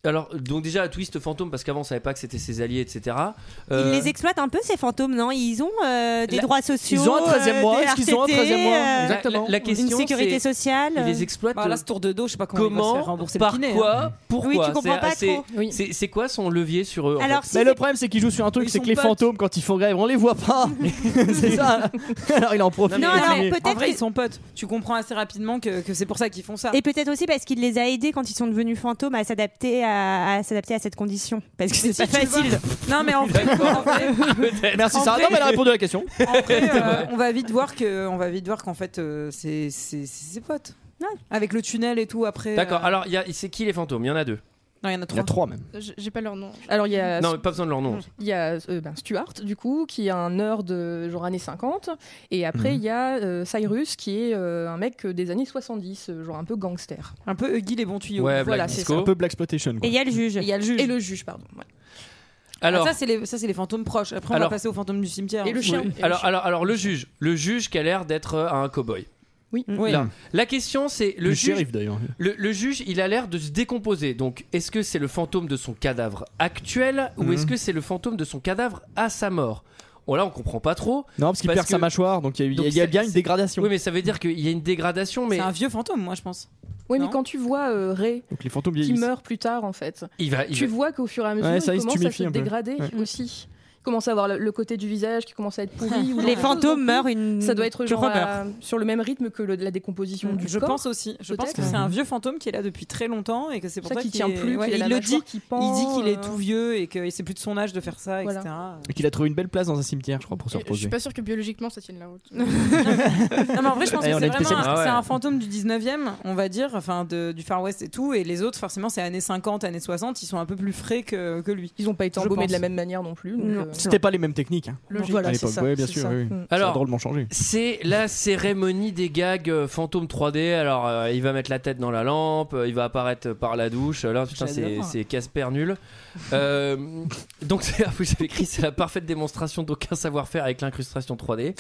Alors, donc déjà, twist fantôme, parce qu'avant, on savait pas que c'était ses alliés, etc. Euh,
Ils les exploitent un peu ces fantômes, non Ils ont euh, des
La-
droits sociaux. euh,
Ils ont un 13e mois,
des
est-ce qu'ils ont un
RTT,
13e mois
euh,
Exactement. La- la question,
Une sécurité
c'est-
sociale.
ils les exploitent.
Bah là, ce tour de dos, je sais pas comment il va se faire rembourser le
par
kiné,
quoi
hein.
Pourquoi
Oui, tu comprends
C'est-
pas
c'est-
trop.
C'est c'est quoi son levier sur eux en fait
mais le problème, c'est qu'ils jouent sur un truc, c'est que les fantômes, quand ils font grève, on les voit pas. c'est ça. Alors il en profite.
hein. Non,
pour
alors,
filmer.
en vrai, ils sont potes. Tu comprends assez rapidement que, que c'est pour ça qu'ils font ça.
Et peut-être aussi parce qu'il les a aidés quand ils sont devenus fantômes à s'adapter à, à s'adapter à cette condition. Parce que c'est
Si
pas
tu le vois-
facile.
Non, mais en vrai, en vrai,
Eh, Merci
En
Sarah.
vrai-
Non, mais elle a répondu à la question.
Après, euh, on va vite voir que on va vite voir qu'en fait euh, c'est c'est c'est ses potes. Avec le tunnel et tout après.
D'accord,
euh,
alors il y a- c'est qui les fantômes Il y en a deux.
Non, il y en a trois.
même.
J'ai pas leur nom. Alors il y a
Non, mais pas besoin de leur nom.
Il y a euh, ben, Stuart, du coup, qui est un nerd de genre années 50. Et après, il y a euh, Cyrus, qui est euh, un mec euh, des années 70, euh, genre un peu gangster.
Un peu Huggy les bons tuyaux.
Ouais,
voilà,
Black
c'est
Disco.
ça.
Un peu Black Exploitation.
Et il y a le juge.
Il y a le juge.
Et le juge, pardon. ouais.
Alors,
Ah, ça c'est les ça c'est les fantômes proches. Après on
Alors-
va passer aux fantômes du cimetière. hein.
Et le chien. Et le
alors, alors, alors, le juge, le juge qui a l'air d'être euh, un cow-boy.
Oui.
Là. La question c'est le,
Le
juge.
shérif, d'ailleurs.
Le, le juge, il a l'air de se décomposer. Donc, est-ce que c'est le fantôme de son cadavre actuel ou
Mhm.
est-ce que c'est le fantôme de son cadavre à sa mort Bon, là, on comprend pas trop.
Non, parce qu'il perd sa
que-
mâchoire, donc il y a eu-
Donc,
il y a
c'est-
bien une
c'est-
dégradation.
Oui, mais ça veut dire qu'il y a une dégradation. Mais
C'est un vieux fantôme, moi je pense.
Oui, mais quand tu vois euh, Ray,
Donc les fantômes
qui
vieillissent.
meurt plus tard, en fait,
Il va- il
tu
va-
vois qu'au fur et à mesure,
Ouais, ça,
il
il se
commence à
tumifie
se
un peu.
dégrader
Ouais.
aussi. Il commence à avoir le- le côté du visage qui commence à être pourri. ou
Les
genre-
fantômes meurent une.
Ça doit être
que
genre
Robert.
à- sur le même rythme que le- la décomposition du
Mm, Je
corps.
pense aussi. Je pense
peut-être.
que c'est un vieux fantôme qui est là depuis très longtemps et que c'est pour
Ça,
ça,
qui
qu'il
tient
est-
plus,
ouais,
qu'il a la
il le
mâchoire
dit.
qui
il dit
pend,
qu'il est
euh.
tout vieux et que c'est plus de son âge de faire ça, etc.
Et qu'il a trouvé une belle place dans un cimetière, je crois, pour
Je
se
suis
reposer.
pas sûr que biologiquement ça tienne la route.
Non, mais en vrai, je pense
Eh,
que
on
c'est
est
vraiment
spécialiste.
un,
Ah ouais.
c'est un fantôme du 19e, on va dire, enfin de- du Far West et tout. Et les autres, forcément, c'est années 50, années 60, ils sont un peu plus frais que, que lui.
Ils ont pas été embaumés de la même manière non plus. donc, euh,
C'était pas les mêmes techniques. hein.
Logique. Voilà,
à
c'est
l'époque,
ça,
ouais, bien
c'est
sûr.
ça.
oui, oui.
Mm.
Ça a
Alors-
drôlement changé.
C'est la cérémonie des gags euh, fantôme 3D. Alors, euh, il va mettre la tête dans la lampe, euh, il va apparaître euh, par la douche. Là, putain, c'est
J'adore.
c'est Casper nul. Euh, donc, c'est- ah, vous avez écrit, c'est la parfaite démonstration d'aucun savoir-faire avec l'incrustation 3D.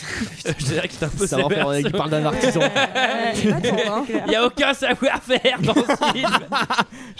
Euh, Je dirais que c'est un peu
Savoir-faire
sévère,
avec-
ça.
il euh, parle d'un artisan.
Il n'y a aucun savoir-faire dans ce film.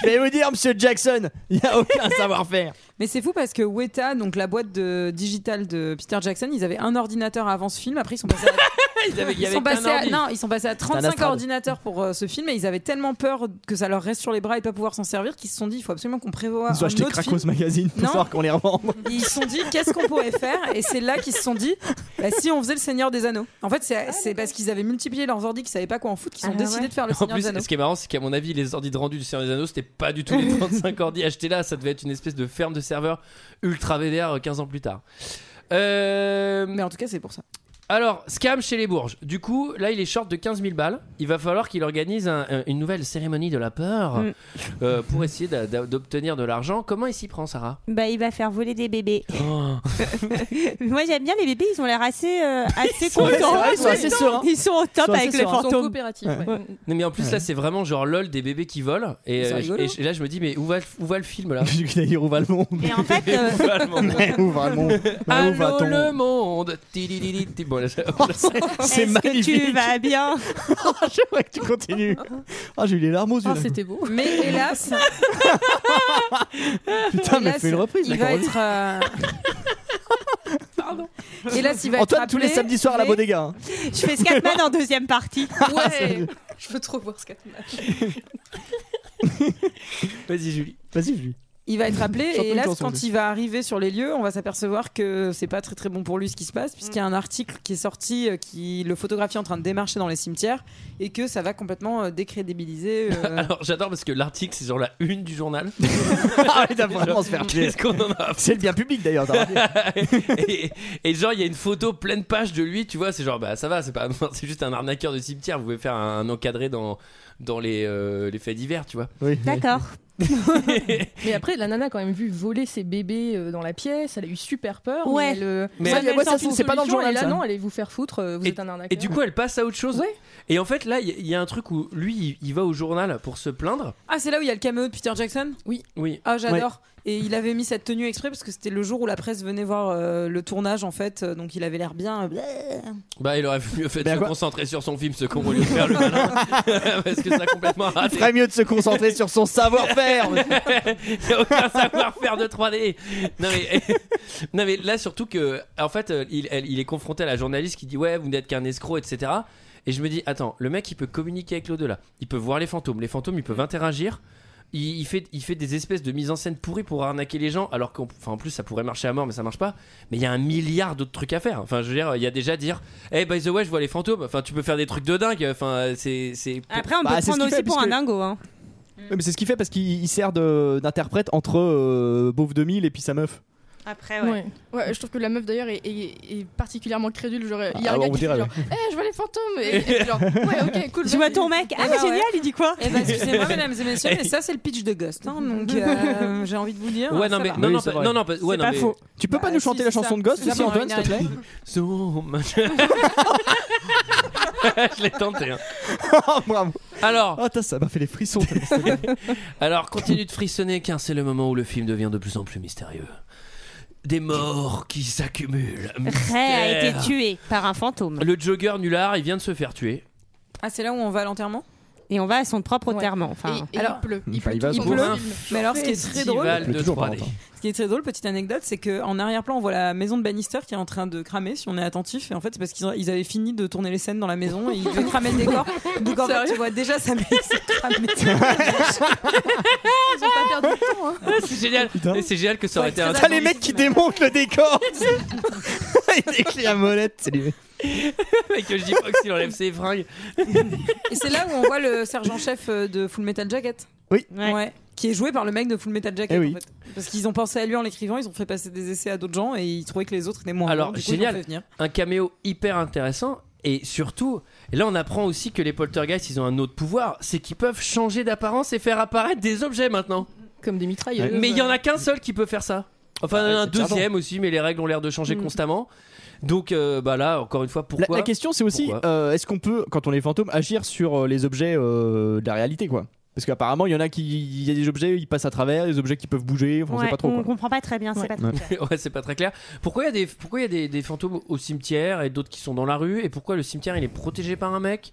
Je vais vous dire, monsieur Jackson, il n'y a aucun savoir-faire.
Mais c'est fou parce que Weta, donc la boîte de digital de Peter Jackson, ils avaient un ordinateur avant ce film. Après, ils sont passés à,
Ils avaient- il y
Ils
avait
sont
qu'un
passés à-
ordi.
non, ils sont passés à
C'est un
35
Astrad.
ordinateurs pour euh, ce film et ils avaient tellement peur que ça leur reste sur les bras et pas pouvoir s'en servir qu'ils se sont dit il faut absolument qu'on prévoie
Ils ont
un
acheté
autre
Krakos
film.
Magazine pour
Non.
savoir qu'on les revend.
Ils se sont dit qu'est-ce qu'on pourrait faire et c'est là qu'ils se sont dit bah, si on faisait le Seigneur des Anneaux. En fait, c'est c'est parce qu'ils avaient multiplié leurs ordi qu'ils savaient pas quoi en foutre qu'ils
Ah,
ont décidé de faire le
En
Seigneur
plus,
des Anneaux.
ce qui est marrant, c'est qu'à mon avis, les ordi de rendu du Seigneur des Anneaux, c'était pas du tout les 35 ordi achetés là. Ça devait être une espèce de ferme de serveurs ultra VDR euh, 15 ans plus tard. Mais
en tout cas, c'est pour ça.
Alors, scam chez les Bourges. Du coup, là, il est short de 15 000 balles. Il va falloir qu'il organise un- un- une nouvelle cérémonie de la peur
Mm.
euh, pour essayer d'a- d'a- d'obtenir de l'argent. Comment il s'y prend, Sarah
Bah, il va faire voler des bébés. Moi, j'aime bien les bébés, ils ont l'air assez, euh, assez
sont-
contents.
ils sont assez sereins.
Ils sont au top
Ils sont
avec
assez
les
sereins.
fantômes.
Ils sont coopératifs, ouais. Ouais.
Non, mais en plus, là, c'est vraiment genre lol des bébés qui volent. Et,
C'est
euh,
rigolo.
et je- et là, je me dis, mais où va, le- où va le film là
D'ailleurs, où va le monde
Et en fait, euh,
Où va le monde
Mais où va le monde Mais où
Allô
va-t-on
le monde Tididididi. Bon, là, ça-
C'est
Est-ce que
magnifique.
tu vas bien.
J'aimerais que tu continues. Ah, j'ai eu les larmes aux yeux. là.
beau.
Mais hélas,
Putain, mais
hélas,
fais une reprise.
Il
d'accord,
va
vas-y.
être. euh, Pardon. Hélas, il va
Antoine,
être
tous les
appelé,
samedis soirs à la
mais-
Bodega. hein.
Je fais Scatman en deuxième partie.
Ouais, je veux trop voir ce
Vas-y, Julie.
Vas-y, Julie.
Il va être appelé
Chante-nous
et
une
hélas,
chanson,
quand
lui.
il va arriver sur les lieux, on va s'apercevoir que c'est pas très très bon pour lui ce qui se passe, puisqu'il y a un article qui est sorti euh, qui le photographie en train de démarcher dans les cimetières et que ça va complètement euh, décrédibiliser. euh,
Alors j'adore parce que l'article c'est genre la une du journal.
ah ouais, t'as vraiment se faire tuer.
Qu'est-ce qu'on en a
C'est le bien public d'ailleurs. t'as remarqué.
et, et genre il y a une photo pleine page de lui, tu vois, c'est genre bah ça va, c'est pas c'est juste un arnaqueur de cimetière, vous pouvez faire un, un encadré dans dans les euh, les faits divers, tu vois.
D'accord.
Mais après, la nana a quand même vu voler ses bébés euh, dans la pièce. Elle a eu super peur.
Ouais.
Mais, elle, euh,
Mais-
ça,
Ouais, ouais,
ça,
ça,
trouve
c'est pas dans le
solution,
journal,
Et là,
ça.
non, allez vous faire foutre. euh, Vous êtes un arnaqueur.
Et du coup elle passe à autre chose. Et en fait là il y, il y a un truc où lui il, il va au journal pour se plaindre.
Ah, c'est là où il y a le cameo de Peter Jackson
Oui.
Oui.
Ah, j'adore. Et il avait mis cette tenue exprès parce que c'était le jour où la presse venait voir euh, le tournage en fait, euh, donc il avait l'air bien. euh,
Bah il aurait mieux fait de se concentrer sur son film, ce qu'on va lui faire le malin, parce que ça a complètement
Il
raté.
ferait mieux de se concentrer sur son savoir-faire.
Il y a aucun savoir-faire de 3D. Non mais, non mais là surtout que en fait euh, il, elle- il est confronté à la journaliste qui dit ouais vous n'êtes qu'un escroc etc. Et je me dis attends le mec il peut communiquer avec l'au-delà, il peut voir les fantômes, les fantômes ils peuvent interagir. Il, il fait, il fait des espèces de mises en scène pourries pour arnaquer les gens, alors qu'en enfin, en plus ça pourrait marcher à mort, mais ça marche pas. Mais il y a un milliard d'autres trucs à faire. Enfin, je veux dire, il y a déjà dire, hey, by the way, je vois les fantômes. Enfin, tu peux faire des trucs de dingue. Enfin, c'est. c'est-
Après, on
Bah,
peut
c'est ce
prendre
qu'il
aussi
fait,
pour un
puisque-
dingo. Hein.
Ouais, mais c'est ce qu'il fait parce qu'il il sert de- d'interprète entre euh, Beauf 2000 et puis sa meuf.
Après,
ouais. ouais. je trouve que la meuf d'ailleurs est, est- est particulièrement crédule. Genre, il y a
Ah,
un gars
on
qui
dirait,
fait genre, Eh, je vois les fantômes. Et, et genre, ouais, ok, cool.
Je vois ton mec.
bah,
Ah, mais génial, il dit quoi
Eh ben, excusez-moi, mesdames et messieurs, mais ça c'est le pitch de Ghost, hein, donc euh, j'ai envie de vous dire.
Ouais, non,
ça
mais
va.
non, non,
c'est
pas-
vrai.
non, non, pas- ouais,
C'est
non,
pas
mais-
faux. Tu peux pas nous chanter la chanson de Ghost aussi, Antoine, s'il te plaît
Zoom. Je l'ai tenté. hein.
Oh, bravo.
Alors.
Oh, tain, ça m'a fait les frissons.
Alors continue de frissonner car c'est le moment où le film devient de plus en plus mystérieux. Des morts qui s'accumulent.
Ray a été
Mystère.
tué par un fantôme.
Le jogger nulard, il vient de se faire tuer.
Ah, c'est là où on va à l'enterrement
Et on va à son propre enterrement. Enfin,
Et il pleut. Il pleut.
il va
tout
se
le
Pour
temps.
un
Mais alors, ce qui est très drôle,
festival de 3D.
Ce qui est très drôle, petite anecdote, c'est qu'en arrière-plan, on voit la maison de Bannister qui est en train de cramer, si on est attentif. Et en fait, c'est parce qu'ils ont- ils avaient fini de tourner les scènes dans la maison et ils devaient cramer le décor. Donc en fait, tu vois déjà sa maison cramer.
Ils ont pas perdu de temps. hein.
Ah, C'est génial. Et c'est génial que ça aurait été un.
T'as les mecs qui démontent le décor. Il écrit à molette. c'est lui.
Et que je dis pas que s'il enlève ses fringues.
Et c'est là où on voit le sergent-chef euh, de Full Metal Jacket.
Oui.
Ouais. Qui est joué par le mec de Full Metal Jacket.
Eh oui.
en fait. Parce qu'ils ont pensé à lui en l'écrivant, ils ont fait passer des essais à d'autres gens et ils trouvaient que les autres étaient moins.
Alors
bons, du coup, ils l'ont
génial.
fait venir.
Un caméo hyper intéressant. Et surtout, et là on apprend aussi que les poltergeists ils ont un autre pouvoir, c'est qu'ils peuvent changer d'apparence et faire apparaître des objets maintenant.
Comme des mitrailleuses.
Mais il y en a qu'un seul qui peut faire ça. Enfin,
Ouais,
un
Euh, Bah, c'est Tchardon.
deuxième aussi, mais les règles ont l'air de changer
Mm.
constamment. Donc, euh, bah là, encore une fois,
La,
pourquoi
la question, c'est aussi
Pourquoi
euh, est-ce qu'on peut, quand on est fantôme, agir sur euh, les objets euh, de la réalité, quoi Parce qu'apparemment, il y en a qui, il y a des objets, ils passent à travers, des objets qui peuvent bouger. Enfin, on sait
ouais,
pas trop.
on
Quoi.
comprend pas très bien. C'est pas très
Ouais.
clair.
ouais, c'est pas très clair. Pourquoi il y a des, pourquoi il y a des, des fantômes au cimetière et d'autres qui sont dans la rue Et pourquoi le cimetière il est protégé par un mec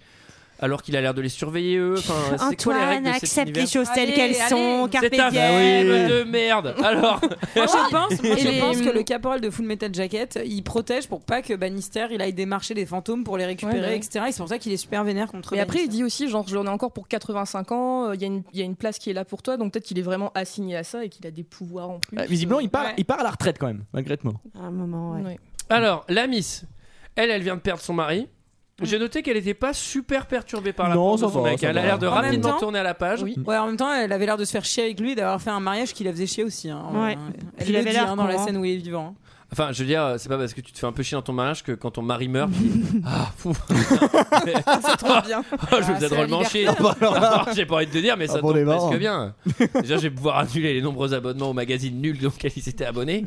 alors qu'il a l'air de les surveiller eux Enfin, c'est quoi les règles
Antoine,
de cet
accepte
univers
les choses telles
Allez,
qu'elles
allez.
sont. Carpe
C'est un
diem.
Ah
film de merde. Alors,
Moi, je pense, moi,
Et
je
les-
pense que le caporal de Full Metal Jacket, il protège pour pas que Bannister il aille démarcher des fantômes pour les récupérer,
Ouais, bah oui.
etc. Et c'est pour ça qu'il est super vénère contre.
Mais après, il
Bannister.
dit aussi, genre, j'en ai encore pour 85 ans, euh, il y, a une- il y a une place qui est là pour toi, donc peut-être qu'il est vraiment assigné à ça et qu'il a des pouvoirs en plus.
Euh, visiblement, il part,
Ouais.
il part à la retraite quand même, malgré tout.
À un moment, ouais.
Ouais.
alors la Miss, elle, elle vient de perdre son mari. J'ai noté qu'elle n'était pas super perturbée par la
Non,
mort de
ça
son
va,
mec.
ça
Elle a
va.
l'air de
En même
rapidement
temps-
tourner à la page.
Oui.
Ouais, en même temps, elle avait l'air de se faire chier avec lui, d'avoir fait un mariage qui la faisait chier aussi. hein, en
Ouais.
vrai, hein.
il
Elle le
avait
dit
l'air
hein, dans la
con, hein.
scène où il est vivant. hein.
Enfin, je veux dire, c'est pas parce que tu te fais un peu chier dans ton mariage que quand ton mari meurt, tu dis, Ah, fou
Ça tombe bien.
Oh, je me faisais drôlement chier.
bah,
j'ai pas envie de te dire, mais
Ah
ça
bon, on est
tombe
marrant.
presque bien. Déjà, je vais pouvoir annuler les nombreux abonnements au magazine nul auquel ils étaient abonnés.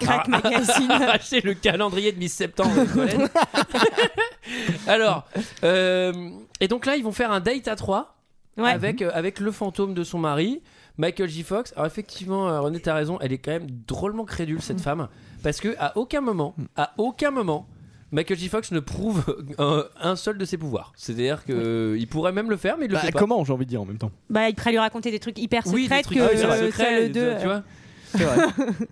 Crack
Magazine.
Acheter le calendrier de mi-septembre. les collègues. Alors, euh, et donc là, ils vont faire un date à trois avec, euh, avec le fantôme de son mari, Michael J. Fox. Alors, effectivement, euh, René, t'as raison, elle est quand même drôlement crédule, cette femme, parce que à aucun moment, à aucun moment, Michael J. Fox ne prouve un, un seul de ses pouvoirs. C'est-à-dire qu'il pourrait même le faire, mais il le
Bah,
fait pas.
comment, j'ai envie de dire en même temps
Bah, il pourrait lui raconter des trucs hyper secrets
Oui, des trucs
que
hyper
euh,
secrets,
ça, le
tu
deux,
vois.
euh,
C'est vrai.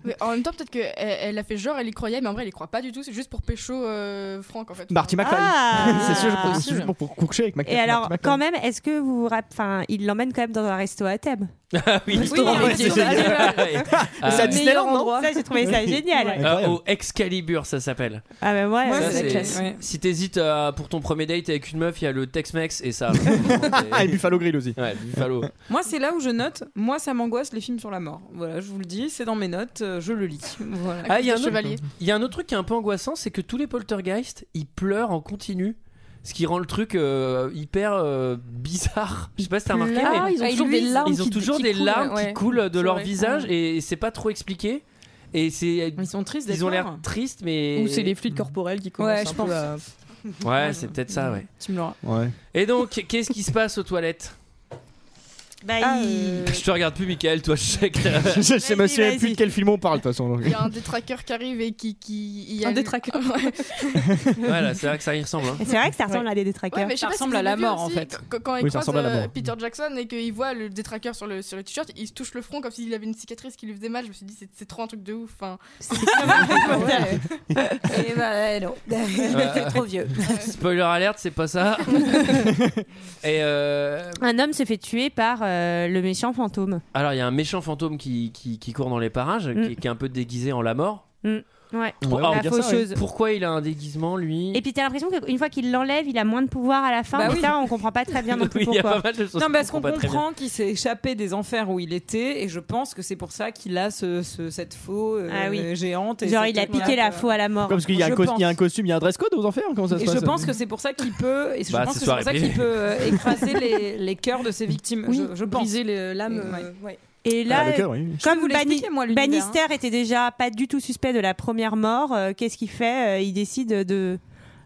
Mais en même temps, peut-être qu'elle elle a fait genre, elle y croyait, mais en vrai, elle y croit pas du tout. C'est juste pour pécho euh, Franck, en fait.
Marty McFly.
Ah.
c'est sûr, je pense
Possible.
juste pour, pour coucher avec McFly.
Et alors,
Marty McFly.
quand même, est-ce que vous vous rappelez. Enfin, il l'emmène quand même dans un resto à thème.
Ah oui,
Restaurant
oui,
Mickey.
c'est génial.
Mais c'est à
Ah,
Disneyland, non endroit. Ça, j'ai trouvé ça génial.
Ah,
Incroyable.
au Excalibur, ça s'appelle.
Ah, bah, ouais,
Ça,
c'est la classe. Ouais.
Si t'hésites à- pour ton premier date avec une meuf, il y a le Tex-Mex et ça.
Ah, et Buffalo Grill aussi.
Ouais, Buffalo.
Moi, c'est là où je note. Moi, ça m'angoisse les films sur la mort. Voilà, je vous le dis, c'est dans mes notes, euh, je le lis. Voilà.
Ah, il y, a un autre- il y a un autre truc qui est un peu angoissant, c'est que tous les poltergeists, ils pleurent en continu. Ce qui rend le truc euh, hyper euh, bizarre. Je sais pas si t'as remarqué.
Ah,
mais
ils ont toujours des larmes
Ils ont
qui-
toujours
qui
des
coulent,
larmes qui
ouais.
coulent de
C'est
leur
vrai.
visage et c'est pas trop expliqué. Et c'est ils
sont tristes.
Ils ont
d'être
l'air
morts.
tristes, mais
Ou c'est les fluides corporels qui commencent
Ouais, je
un peu
pense.
à-
Ouais, c'est peut-être ça, Ah ouais.
Tu me l'auras.
Ouais.
Et donc, qu'est-ce qui se passe aux toilettes
Bah,
Je te regarde plus, Michael. Toi, je sais que t'as-
je sais même plus de quel film on parle de toute façon. donc.
Il y a un détraqueur qui arrive et qui. qui il y a
Un
le-
détraqueur.
Ouais.
Voilà, c'est vrai que ça y ressemble. hein.
C'est vrai que ça ressemble
Ouais.
à des détraqueurs.
Ouais, mais je sais pas si vous avez vu aussi, Quand, quand il
Oui, ça
croise
ressemble à la
euh,
mort.
Peter Jackson et qu'il voit le détraqueur sur le, sur le t-shirt, il se touche le front comme s'il avait une cicatrice qui lui faisait mal. Je me suis dit, c'est- c'est trop un truc de ouf. Enfin,
Et bah, non.
Ouais.
trop vieux.
Spoiler alerte, c'est pas ça. Et euh,
Un homme se fait tuer par euh, le méchant fantôme.
alors, il y a un méchant fantôme qui, qui, qui court dans les parages, qui, qui est un peu déguisé en la mort.
Mm. Ouais.
Pour- alors,
la faucheuse.
Pourquoi il a un déguisement, lui
Et puis t'as l'impression qu'une fois qu'il l'enlève, il a moins de pouvoir à la fin.
Bah
mais
oui.
ça, on comprend pas très bien non plus
Oui, il y a
pourquoi.
pas mal de choses
Non,
qu'on
parce qu'on
comprend pas très
comprend qu'il s'est échappé des enfers où il était, et je pense que c'est pour ça qu'il a ce, ce- cette faux euh,
Ah oui.
géante. et
Genre,
cette
il a piqué la
plaque, euh,
faux à la mort.
Comme parce qu'il y, a un
Je
cos-
pense.
il y a un costume, il y a un dress code aux enfers Comment hein, ça se
Et
passe euh,
je pense que c'est pour ça qu'il peut, et je
Bah,
pense
ce
que c'est
soir
pour
est
ça qu'il
privé.
peut euh, écraser les, les cœurs de ses victimes. je, je pense.
briser les lames, euh,
Et là,
Ah, le cœur, oui, oui.
comme
vous
Bani-
l'expliquer, moi, l'univers,
Bannister était déjà pas du tout suspect de la première mort, euh, qu'est-ce qu'il fait Euh, Il décide de.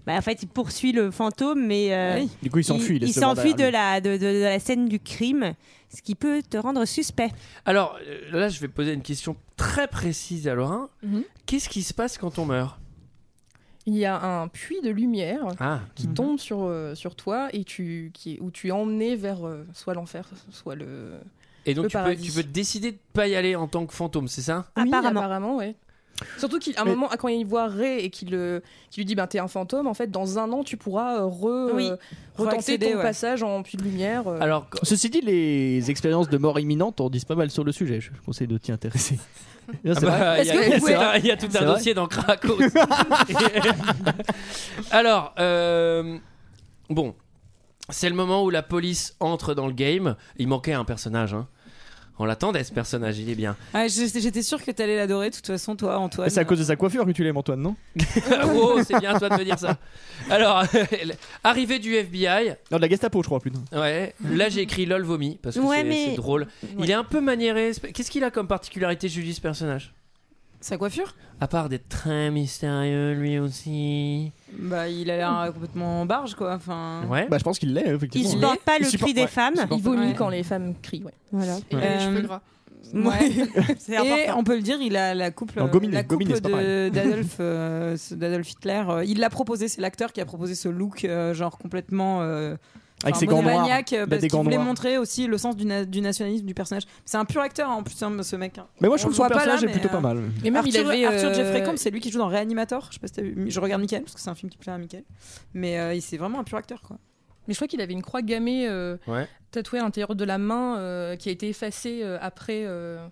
Bah, en fait, il poursuit le fantôme, mais. euh,
Oui. Du coup, il s'enfuit, il
Il,
laisse le bord
s'enfuit de
derrière
la, de, de- de la scène du crime, ce qui peut te rendre suspect.
Alors, euh, là, je vais poser une question très précise à Laurent. Qu'est-ce qui se passe quand on meurt
Il y a un puits de lumière
Ah.
qui tombe sur, euh, sur toi et tu, qui, où tu es emmené vers euh, soit l'enfer, soit le.
Et donc,
le
tu peux,
paradis.
tu peux décider de pas y aller en tant que fantôme, c'est ça
Oui, apparemment. ouais. Surtout qu'à un
Mais-
moment, quand il voit Ray et qu'il le- qu'il lui dit ben, T'es un fantôme, en fait, dans un an, tu pourras euh, re-
Oui.
euh, retenter
Re-accéder,
ton
ouais.
passage en puits de lumière. euh.
Ceci dit, les expériences de mort imminente en disent pas mal sur le sujet. Je conseille de t'y intéresser. Non,
Ah
c'est
bah,
vrai.
Il y, a-
C'est
il y a-
vrai.
il y a tout
C'est
un
vrai.
dossier dans Krakow. Alors, euh, bon, c'est le moment où la police entre dans le game. Il manquait un personnage. hein. On l'attendait, ce personnage, il est bien.
Ah, je- J'étais sûre que t'allais l'adorer, de toute façon, toi, Antoine.
C'est à cause de sa coiffure que tu l'aimes, Antoine, non
oh, c'est bien à toi de me dire ça. Alors, arrivée du FBI,
Non, de la Gestapo, je crois, plus.
Ouais, là j'ai écrit lol vomi parce que
Ouais,
c'est
mais-
c'est drôle. Il est un peu maniéré. Qu'est-ce qu'il a comme particularité, Julie, ce personnage
Sa coiffure
À part d'être très mystérieux lui aussi.
Bah, il a l'air euh, complètement en barge, quoi. Enfin.
Ouais.
Bah, je pense qu'il l'est, effectivement.
supporte pas le cri des femmes.
Il
supporte-
vomit
ouais. Euh,
quand les femmes crient. Ouais.
Voilà.
il a les cheveux gras.
Ouais. Et on peut le dire, il a la couple,
Non, Gomini,
la couple
Gomini, c'est pas
de-
pareil.
d'Adolf euh, ce- d'Adolf Hitler. euh, il l'a proposé, c'est l'acteur qui a proposé ce look, euh, genre complètement. euh,
Avec
enfin,
ses gants noirs.
monomaniaque, euh,
Il a
parce
des
qu'il
gants
voulait
noirs.
montrer aussi le sens du, na- du nationalisme du personnage. C'est un pur acteur hein, en plus, hein, ce mec. hein.
Mais moi, je trouve
On le
que son
voit pas
personnage
là,
est plutôt
mais,
pas mal.
euh,
Et même, il
Arthur,
avait,
Arthur
euh,
Jeffrey Combs, c'est lui qui joue dans Reanimator. Je sais pas si t'as vu. Je regarde Michael parce que c'est un film qui plaît à Michael. Mais euh, il- c'est vraiment un pur acteur quoi.
Mais je crois qu'il avait une croix gammée euh,
Ouais.
tatouée à l'intérieur de la main euh, qui a été effacée euh, après. euh,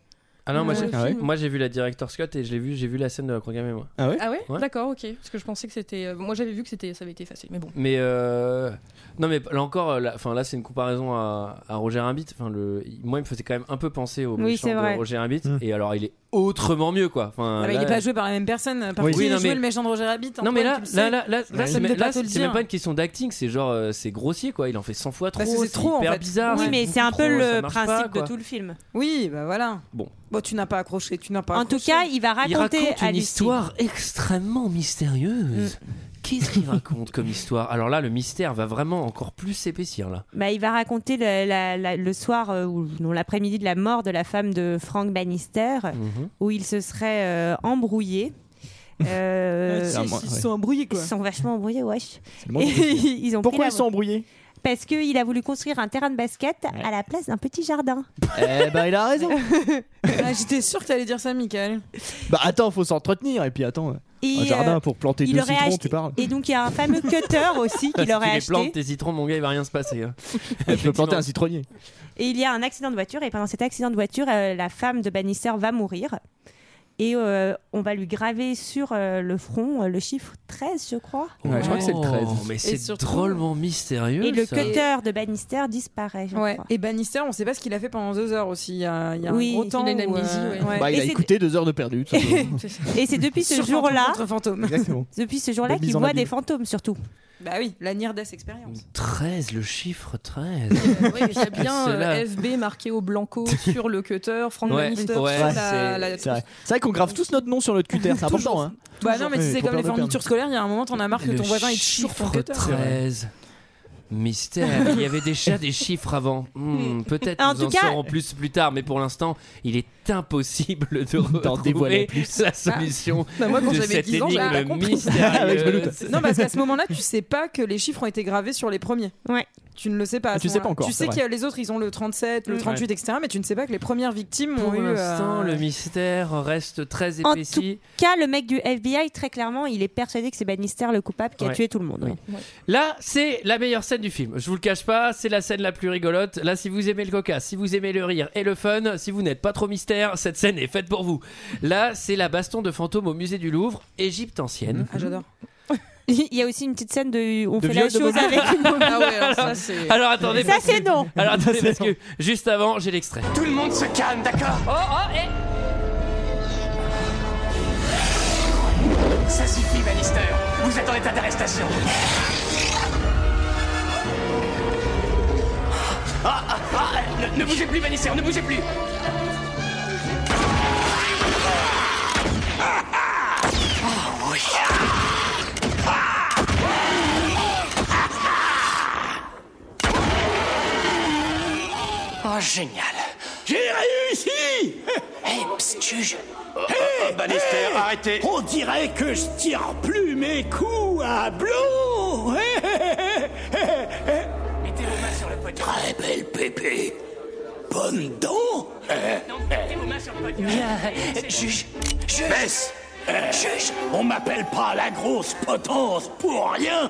Ah non, moi
le
j'ai
Mm.
film.
moi, j'ai vu la director Scott et je l'ai vu, j'ai vu la scène de la croix-gammée moi.
Ah ouais D'accord, ok. Parce que je pensais que c'était. euh, moi j'avais vu que c'était, ça avait été effacé. Mais bon.
Mais euh, Non, mais là encore, là, enfin, là c'est une comparaison à, à Roger Rabbit. Enfin, le, il- moi, il me faisait quand même un peu penser au
Oui,
méchant
c'est vrai.
de Roger Rabbit. Et alors, il est autrement mieux, quoi. Enfin,
Ah bah, il
là-
n'est pas joué par la même personne. Par
Oui.
contre,
Oui,
il
non,
est joué
mais-
le méchant de Roger Rabbit.
Non mais là,
Antoine, tu le
là,
sais.
là, là, là,
Ça
c'est
me
même,
fait pas
là,
te le
c'est
dire.
même pas une question d'acting, c'est genre euh, c'est grossier quoi. Il en fait 100 fois trop.
Parce que c'est trop, en
hyper
fait.
bizarre.
Oui,
c'est
mais
beaucoup
c'est un
trop,
peu
ça
le
marche
principe
pas,
de
quoi.
tout le film. Oui, bah voilà.
Bon.
Bon, tu n'as pas accroché, tu n'as pas.
En tout
accroché.
cas, il va
Il
raconter
raconte
à
une
Lucie.
histoire extrêmement mystérieuse.
Mm.
Qu'est-ce qu'il raconte comme histoire Alors là, le mystère va vraiment encore plus s'épaissir là.
Bah, il va raconter le, la- la- le soir euh, ou non l'après-midi de la mort de la femme de Frank Bannister,
Mhm.
où ils se seraient euh, embrouillés. Euh,
Ah, si, Ah, moi, si, ils ouais. se sont
embrouillés quoi. Ils se sont vachement embrouillés, wesh.
le moins
Et
possible.
ils ont
Pourquoi
pris la
ils sont
voie-
embrouillés
Parce qu'il a voulu construire un terrain de basket à la place d'un petit jardin.
Eh ben il a raison.
Ah, J'étais sûre que t'allais dire ça, Michael.
Bah attends, faut s'entretenir et puis attends,
Et,
un jardin
euh,
pour planter
il
deux
aurait
citrons,
acheté-
tu parles.
Et donc il y a un fameux cutter aussi qu'il
si
aurait
tu les
acheté.
plantes tes citrons, mon gars, il va rien se passer. hein.
Je peux planter un citronnier.
Et il y a un accident de voiture, et pendant cet accident de voiture, euh, la femme de Bannister va mourir. Et euh, on va lui graver sur euh, le front euh, le chiffre 13, je crois.
Ouais, je crois que c'est le 13.
Oh, Mais
Et
c'est
surtout-
drôlement mystérieux.
Et le
ça.
cutter de Bannister disparaît. je
Ouais.
crois.
Et Bannister, on sait pas ce qu'il a fait pendant deux heures aussi. Il y a, il y a
Oui,
un gros temps.
il a une
où, euh,
amnésie, ouais.
ouais.
Bah il
Et
a
c'est-
écouté deux heures de perdu. tout simplement.
Et c'est depuis ce
Sur fantôme
jour-là,
contre fantôme.
Exactement.
depuis ce jour-là
Bonne mise
qu'il
en
voit
abîme.
des fantômes surtout.
Bah oui, la Near Death Experience.
13, le chiffre 13.
Oui, mais il y a bien
C'est là.
euh, FB marqué au blanco sur le cutter, Frank
Ouais,
Bannister
ouais,
sur
c'est-
la, la-
C'est vrai, C'est vrai qu'on grave tous notre nom sur notre cutter, c'est important. Hein.
Bah non, mais si
Oui,
c'est
trop
comme
peur de
les
perdre.
fournitures scolaires, il y a un moment, t'en as marre que
Le
ton voisin il te chiffre ton
chiffre
cutter.
13. Mystère. Il y avait déjà des chiffres avant. Hmm, Peut-être
En
nous en
tout cas-
saurons plus plus tard, mais pour l'instant, il est impossible de retrouver
dévoiler plus.
la solution
Bah, moi, quand
de
j'avais
cette
10 ans, j'avais pas
énigme
compris.
Ah
mystérieuse.
Non, parce qu'à ce moment-là, tu sais pas que les chiffres ont été gravés sur les premiers.
Ouais.
Tu ne le sais pas. à
Ah,
ce
tu sais pas
moment-là.
encore,
Tu
c'est
sais
vrai.
qu'il y a les autres, ils ont le 37, le
Mm.
38, etc. Mais tu ne sais pas que les premières victimes ont
Pour
eu.
l'instant,
euh,
le mystère reste très
En
épaissi.
tout cas, le mec du FBI, très clairement, il est persuadé que c'est Bannister le coupable qui a
Ouais.
tué tout le monde. ouais.
Là, c'est la meilleure scène du film. Je vous le cache pas, c'est la scène la plus rigolote. Là, si vous aimez le coca, si vous aimez le rire et le fun, si vous n'êtes pas trop mystère, cette scène est faite pour vous. Là, c'est la baston de fantôme au musée du Louvre, Égypte ancienne.
Ah, j'adore.
Il y a aussi une petite scène de on
De
fait
viol
la
de
chose
Bobby.
avec une momie.
Ah ouais, alors ça, Alors attendez,
Mmh. Ça
parce que-
c'est non.
Alors attendez, parce que juste avant, j'ai l'extrait.
Tout le monde se calme, d'accord Oh, oh, et... Ça suffit, Bannister. Vous êtes en état d'arrestation. Ah, ah, ah, ne, ne bougez plus, Bannister, ne bougez plus. Ah oui. Oh, génial. J'ai réussi Eh, Hé, psst, juge. Oh,
Bannister,
eh.
arrêtez
On dirait que je tire plus mes coups à blanc Mettez vos mains sur le poignet. Très belle pépé Bonne dent Non, mettez vos mains sur le poignet. juge Juge Baisse Juge On m'appelle pas la grosse potence pour rien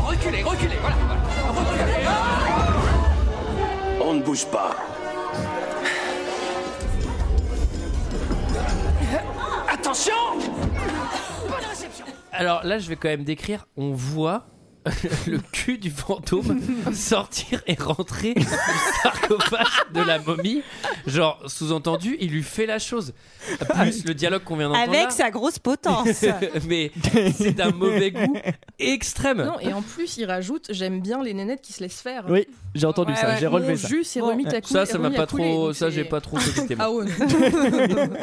Reculez, reculez, voilà.
On ne bouge pas.
Attention Bonne réception
Alors là, je vais quand même décrire. On voit le cul du fantôme sortir et rentrer du sarcophage de la momie. Genre, sous-entendu, il lui fait la chose. Plus le dialogue qu'on vient d'entendre. là.
Avec sa grosse potence.
Mais c'est d'un mauvais goût extrême.
Non, et en plus, il rajoute J'aime bien les nénettes qui se laissent faire.
Oui, j'ai entendu
Ouais,
ça,
ouais.
j'ai relevé
Mon
ça.
jus s'est remis à couler-
ça, ça m'a
remis à
pas
couler,
trop.
donc
Ça,
c'est-
j'ai pas trop sollicité. moi.
Ah ouais.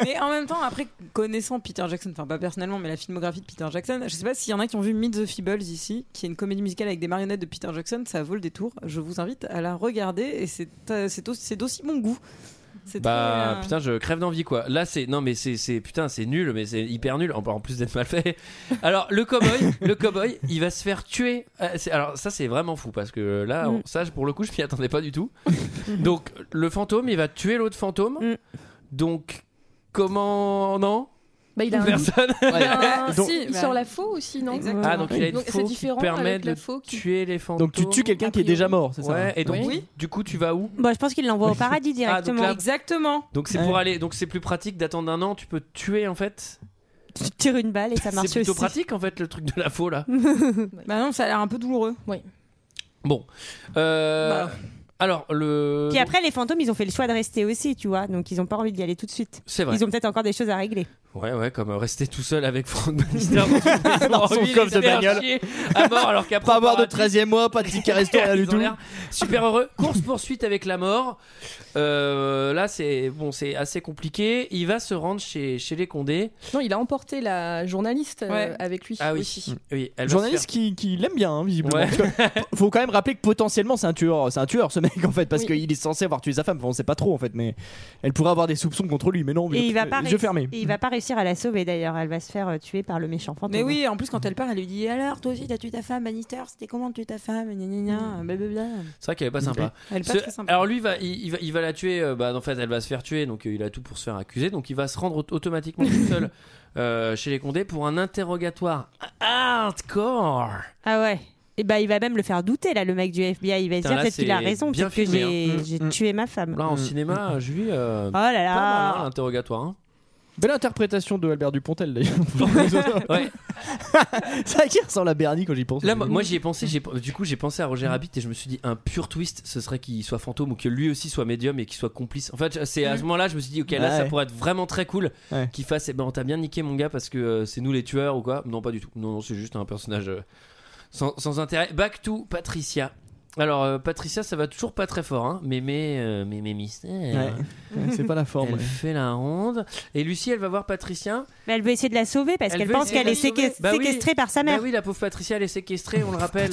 Mais en même temps, après connaissant Peter Jackson, enfin pas personnellement, mais la filmographie de Peter Jackson, je sais pas s'il y en a qui ont vu Meet the Feebles ici, qui est une comédie musicale avec des marionnettes de Peter Jackson, ça vaut le détour. Je vous invite à la regarder et c'est euh, c'est aussi, c'est d'aussi bon goût. C'est
Bah
très, euh,
putain, je crève d'envie quoi. Là c'est non mais c'est c'est putain, c'est nul mais c'est hyper nul en, en plus d'être mal fait. Alors le cowboy, le cowboy, il va se faire tuer. Euh, c'est- alors ça c'est vraiment fou parce que là on-
Mm.
ça pour le coup, je m'y attendais pas du tout. Donc le fantôme, il va tuer l'autre fantôme.
Mm.
Donc comment non
Bah, il a un-
Personne.
Il a un- si, il sort la faux aussi, non
Ah donc il a une
c'est
faux qui
différent
permet
avec
de
la faux qui-
tuer les fantômes.
Donc tu tues quelqu'un qui est déjà mort, c'est ça hein.
Ouais, et donc
Oui.
du coup tu vas où
Bon, je pense qu'il l'envoie au paradis
Ah, donc
directement.
là-
Exactement.
Donc c'est pour aller, donc c'est plus pratique d'attendre un an. Tu peux tuer en fait.
tu tires une balle et ça marche
C'est plutôt
aussi.
pratique en fait le truc de la faux là.
bah non, ça a l'air un peu douloureux.
Oui.
Bon. Euh, Alors, le.
Puis après, les fantômes, ils ont fait le choix de rester aussi, tu vois. Donc, ils n'ont pas envie d'y aller tout de suite.
C'est vrai.
Ils ont peut-être encore des choses à régler.
Ouais, ouais, comme euh, rester tout seul avec Franck Bannister dans son,
Dans
maison en
son
ville,
coffre
il
de
se fait
bagnole.
chier à mort, alors qu'après. Pas avoir de
13 e mois, pas de ticket resto, rien du tout.
Super heureux. Course-poursuite avec la mort. Euh, là, c'est bon, c'est assez compliqué. Il va se rendre chez, chez les Condés.
Non, il a emporté la journaliste euh,
Ouais.
avec lui.
Ah oui.
aussi.
oui elle va se
Journaliste
faire-
qui, qui l'aime bien, hein, visiblement.
Ouais.
Parce que faut quand même rappeler que potentiellement c'est un tueur, c'est un tueur ce mec en fait, parce qu'il est censé avoir tué sa femme. Enfin, on sait pas trop en fait, mais elle pourrait avoir des soupçons contre lui, mais non.
Et il va pas
les
réuss-
yeux fermés.
et il va pas réussir à la sauver d'ailleurs. Elle va se faire euh, tuer par le méchant fantôme.
Mais oui, en plus, quand elle part, elle lui dit Alors, toi aussi, t'as tué ta femme, Manister, c'était comment de tuer ta femme Gna gna gna, blablabla.
C'est vrai qu'elle est pas sympa.
Elle est pas
Ce-
très sympa.
Alors lui va il, il va, il va la tuer. euh, bah, en fait, elle va se faire tuer, donc euh, il a tout pour se faire accuser. Donc il va se rendre aut- automatiquement tout seul euh, chez les Condés pour un interrogatoire hardcore.
Ah ouais. Et bah, il va même le faire douter là, le mec du FBI. Il va se
Putain,
dire
là,
peut-être qu'il a
c'est
raison,
bien
peut-être que
filmé, hein.
j'ai j'ai
Mm, mm.
tué ma femme.
Là, en
Mm.
cinéma, je lui. euh,
Oh là là.
pas mal, hein, L'interrogatoire. hein.
Belle interprétation de Albert Dupontel d'ailleurs. Ça qui ressemble à Bernie quand j'y pense.
Là, moi, moi, j'y ai pensé. j'ai- Du coup, j'ai pensé à Roger
Mmh.
Rabbit et je me suis dit un pur twist, ce serait qu'il soit fantôme ou que lui aussi soit médium et qu'il soit complice. En fait, c'est à ce moment-là, je me suis dit, ok, là,
Mmh. Ouais.
ça pourrait être vraiment très cool
Ouais.
qu'il fasse. Eh ben, on t'a bien niqué, mon gars, parce que euh, c'est nous les tueurs ou quoi Non, pas du tout. Non, non, c'est juste un personnage euh, sans, sans intérêt. Back to Patricia. Alors, euh, Patricia, ça va toujours pas très fort, hein. mais mais euh, mais mais mystère.
Ouais. Ouais, c'est pas la forme,
Elle
ouais.
fait la ronde et Lucie, elle va voir Patricia.
Mais elle veut essayer de la sauver parce qu'elle
veut
pense
essayer
qu'elle est
de la sauver.
séquest-
Bah oui.
séquestrée par sa mère.
Bah oui, la pauvre Patricia, elle est séquestrée, on le rappelle.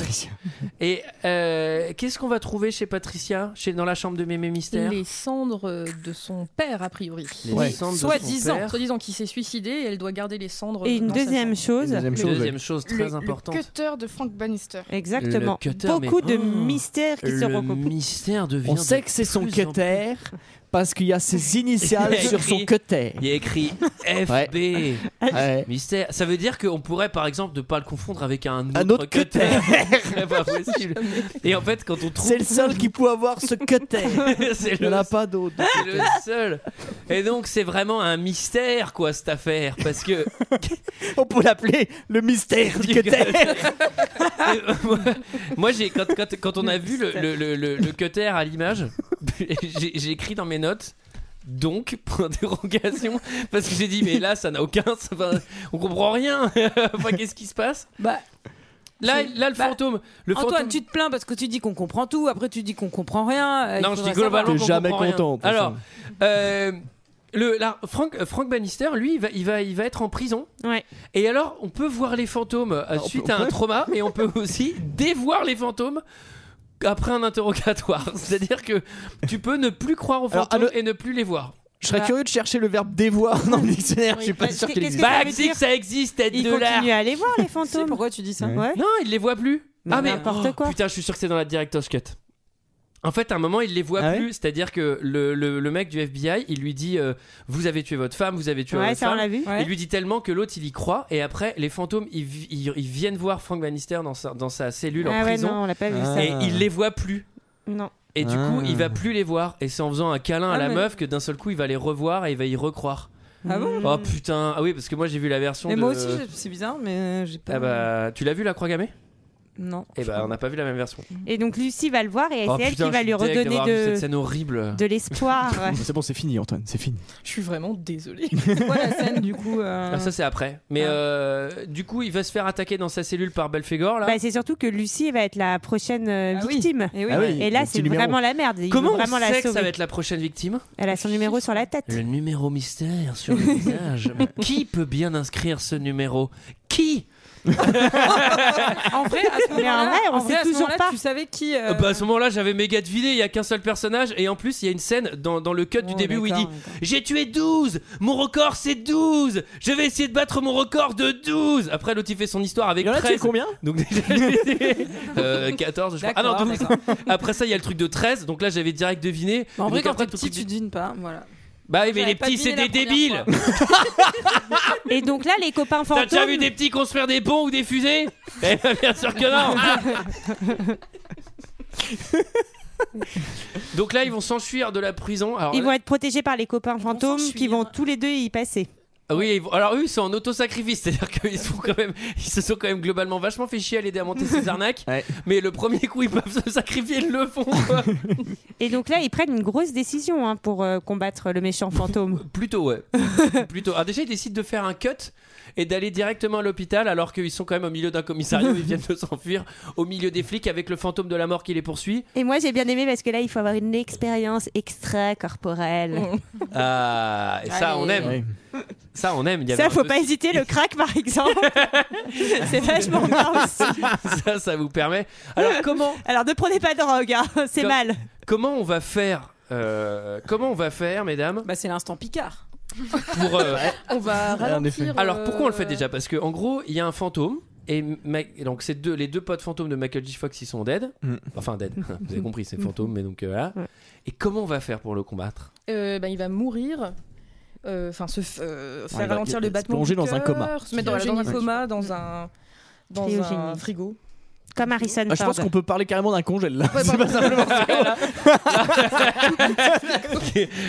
Et euh, qu'est-ce qu'on va trouver chez Patricia chez, Dans la chambre de Mémé Mystère
Les cendres euh, de son père, a priori.
Les Ouais. cendres de son père.
Soi-disant qui s'est suicidé et elle doit garder les cendres.
Et une
dans sa
deuxième
chambre.
chose- Une deuxième
Une
chose,
deuxième chose très importante.
Le cutter de Frank Bannister.
Exactement.
Le cutter,
Beaucoup
mais-
de
Oh.
mystères qui se
Le
recoupent.
mystère devient.
On
de
sait que c'est son
plus en plus-
cutter parce qu'il y a ses initiales
Il y a
sur son
écrit-
cutter.
Il y a écrit FB.
Ouais.
Mystère. Ça veut dire qu'on pourrait, par exemple, ne pas le confondre avec un autre,
Un autre
cutter.
cutter.
C'est pas possible. Et en fait, quand on trouve.
C'est le seul qui peut avoir ce cutter.
C'est
Il n'y en
le
a pas d'autre.
C'est le seul. Et donc, c'est vraiment un mystère, quoi, cette affaire. Parce que.
On peut l'appeler le mystère du cutter.
euh, Moi, j'ai quand, quand, quand on a vu le, le, le, le- le cutter à l'image, j'ai j'ai écrit dans mes notes. Donc, point d'interrogation, parce que j'ai dit, mais là, ça n'a aucun. ça va- on comprend rien. enfin, qu'est-ce qui se passe
Bah.
Là, là, le fantôme. Le
Antoine,
fantôme...
tu te plains parce que tu dis qu'on comprend tout, après tu dis qu'on comprend rien. euh,
Non,
il
je dis
faudrait
globalement.
savoir.
qu'on comprend rien. Alors, euh, le, là, Frank, euh, Frank Bannister, lui, il va, il, va, il va être en prison. Et alors, on peut voir les fantômes euh, suite
Ah, on
à un
peut.
trauma et on peut aussi dévoir les fantômes. Après un interrogatoire, c'est-à-dire que tu peux ne plus croire aux fantômes et ne plus les voir.
Je
Bah.
serais curieux de chercher le verbe dévoir dans le dictionnaire. Je suis pas sûr qu'il existe.
Bah, existe, ça existe, tête
Il
de l'air.
continue à aller voir les fantômes.
pourquoi tu dis ça
ouais.
Non, il les voit plus. ah mais
n'importe
oh,
quoi.
Putain, je suis sûr que c'est dans la director's cut. En fait, à un moment, il les
Ah
voit plus. C'est-à-dire que le, le- le mec du FBI, il lui dit euh, Vous avez tué votre femme, vous avez tué
Ouais,
votre
ça, on
femme.
l'a vu. Ouais.
Il lui dit tellement que l'autre, il y croit. Et après, les fantômes, ils, vi- ils- ils viennent voir Frank Bannister dans sa, dans sa cellule
Ah
en
ouais,
prison. Ah.
non, on l'a pas vu, ça.
Et il les voit plus.
Non.
Et du coup,
Ah.
il va plus les voir. Et c'est en faisant un câlin à
Ah,
la
mais-
meuf que d'un seul coup, il va les revoir et il va y recroire.
Ah
Mm.
bon
Oh putain. Ah oui, parce que moi, j'ai vu la version
Mais
de.
moi aussi, j'ai- c'est bizarre, mais euh, j'ai pas.
Ah bah, tu l'as vu la croix gammée
Non.
Eh bah, on n'a pas vu la même version.
Et donc Lucie va le voir et c'est
Oh,
elle
putain,
qui va
je
lui
suis deg
redonner
d'avoir vu cette scène
de,
horrible.
de l'espoir.
C'est bon, c'est fini, Antoine, c'est fini.
Je suis vraiment désolée.
du coup.
ben. Ah, ça c'est après. Mais euh, du coup, il va se faire attaquer dans sa cellule par Belphégor là.
Bah, c'est surtout que Lucie va être la prochaine euh, victime. Et,
oui. Ah oui,
là,
le
c'est
petit numéro.
vraiment la merde. Ils
Comment
veulent
on
vraiment la
sait que ça
sauver.
va être la prochaine victime
Elle a son numéro sur la tête.
Le numéro mystère sur le visage. Mais qui peut bien inscrire ce numéro Qui
En vrai, à ce
Mais en
moment-là,
vrai, on
en vrai,
sait
à ce
toujours
moment-là,
pas.
Tu savais qui. euh,
Euh, bah, à ce moment-là, j'avais méga deviné, il y a qu'un seul personnage et en plus, il y a une scène dans, dans le cut
Oh,
Oh,
du début où il dit "J'ai tué 12, mon record c'est 12. Je vais essayer de battre mon record de 12." Après l'autre il fait son histoire avec
Il en a
13.
tué combien
Donc déjà euh, 14 je crois. Ah non,
D'accord,
12. Après ça, il y a le truc de 13. Donc là, j'avais direct deviné.
En vrai,
Donc
quand
après,
t'es
le
petit,
truc
tu devines pas. Voilà.
Bah oui, mais
J'avais
les
pas
petits, c'est
deviné
des
la
débiles.
Et donc là, les copains
T'as
fantômes.
déjà vu des petits construire des ponts ou des fusées Eh ben, bien sûr que non. Donc là, ils vont s'enfuir de la prison. Alors,
Ils vont être protégés par les copains fantômes qui vont tous les deux y passer.
euh, Oui, ils vont- alors eux ils sont en autosacrifice, c'est-à-dire qu'ils se font quand même, ils se sont quand même globalement vachement fait chier à l'aider à monter ces arnaques. Mais le premier coup ils peuvent se sacrifier, ils le font. quoi.
Et donc là, ils prennent une grosse décision hein, pour euh, combattre le méchant fantôme.
Plutôt, ouais. Plutôt. Ah, déjà ils décident de faire un cut et d'aller directement à l'hôpital alors qu'ils sont quand même au milieu d'un commissariat, ils viennent de s'enfuir au milieu des flics avec le fantôme de la mort qui les poursuit.
Et moi, j'ai bien aimé parce que là, il faut avoir une expérience extra-corporelle.
Ah, et ça on
Allez.
aime. Ça on aime. Il y avait
Ça,
un
faut
dossier-
pas hésiter. Le crack, par exemple, c'est vachement bien aussi.
ça, ça vous permet. Alors comment
Alors, ne prenez pas de drogue, hein, c'est
Com-
mal.
Comment on va faire euh, Comment on va faire, mesdames
Bah c'est l'instant Picard.
Pour euh,
On va
En effet.
ralentir.
Alors
euh,
pourquoi on le fait déjà Parce qu'en gros, il y a un fantôme. Et Ma- et donc ces deux, les deux potes fantômes de Michael J. Fox, ils sont dead.
Mm.
Enfin dead. Vous avez compris, c'est
Mm.
fantôme, mais donc euh, voilà. Et comment on va faire pour le combattre
euh, ben, il va mourir. euh, Enfin, se f- euh, faire
il va-
ralentir
il-
le
se
battement.
plonger
du
dans un
cœur,
coma.
Se mettre dans,
Cryogénie.
un coma, dans un, dans un
Cryogénie.
frigo.
Comme Harrison
Ah, je pense
Ford.
qu'on peut parler carrément d'un congèle là.
bah,
Ouais,
c'est pas simplement.
Là,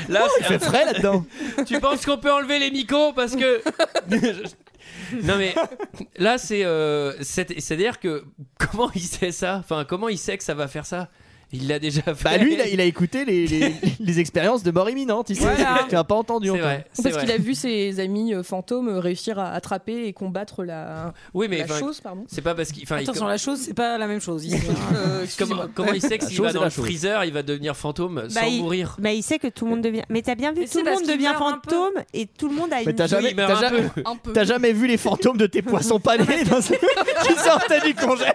il
bah,
fait frais là-dedans.
tu penses qu'on peut enlever les micros parce que non mais là c'est euh, c'est à dire que comment il sait ça Enfin comment il sait que ça va faire ça Il l'a déjà fait.
Bah lui, il a, il a écouté les, les, les expériences de mort imminente. Il s'est-
Voilà.
Tu as pas entendu.
C'est
encore.
vrai.
Ou Parce qu'il a vu ses amis euh, fantômes euh, réussir à attraper et combattre la,
Oui mais
la
enfin,
chose. Pardon.
c'est pas parce qu'il. enfin, Ah, il-
Attention, la chose c'est pas la même chose. ici.
Euh, comment, comment il sait que
La
s'il
chose
va
est
dans
la
le
chose.
freezer, il va devenir fantôme
Bah,
sans
il...
mourir
bah, il sait que tout le monde devient. Mais t'as bien vu, tout le
parce
monde
qu'il
devient
meurt un peu.
fantôme et tout le monde a
Mais
une.
t'as jamais,
il meurt
t'as
un
jamais-
peu. Un peu.
t'as jamais vu les fantômes de tes poissons panés dans ce- qui sortaient du congèle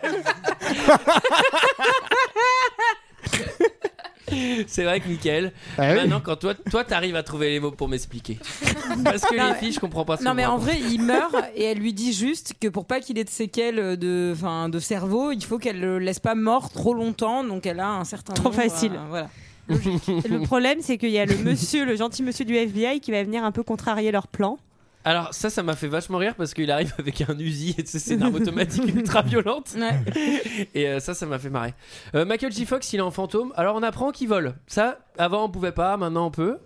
C'est vrai que Michael,
Ah
Bah,
oui.
maintenant quand toi, toi t'arrives à trouver les mots pour m'expliquer. Parce que
Non,
les
mais-
filles, je comprends pas ce
Non
qu'on
mais en
raconte.
vrai, il meurt et elle lui dit juste que pour pas qu'il ait de séquelles de, enfin, de cerveau, il faut qu'elle le laisse pas mort trop longtemps, donc elle a un certain
Trop
nombre,
facile.
euh, voilà.
Le problème, c'est qu'il y a le monsieur, le gentil monsieur du FBI, qui va venir un peu contrarier leur plan.
Alors ça, ça m'a fait vachement rire parce qu'il arrive avec un Uzi et tu sais, c'est une arme automatique ultra violente. Et euh, ça, ça m'a fait marrer. Euh, Michael J. Fox, il est en fantôme. Alors on apprend qu'il vole. Ça, avant on pouvait pas, maintenant on peut.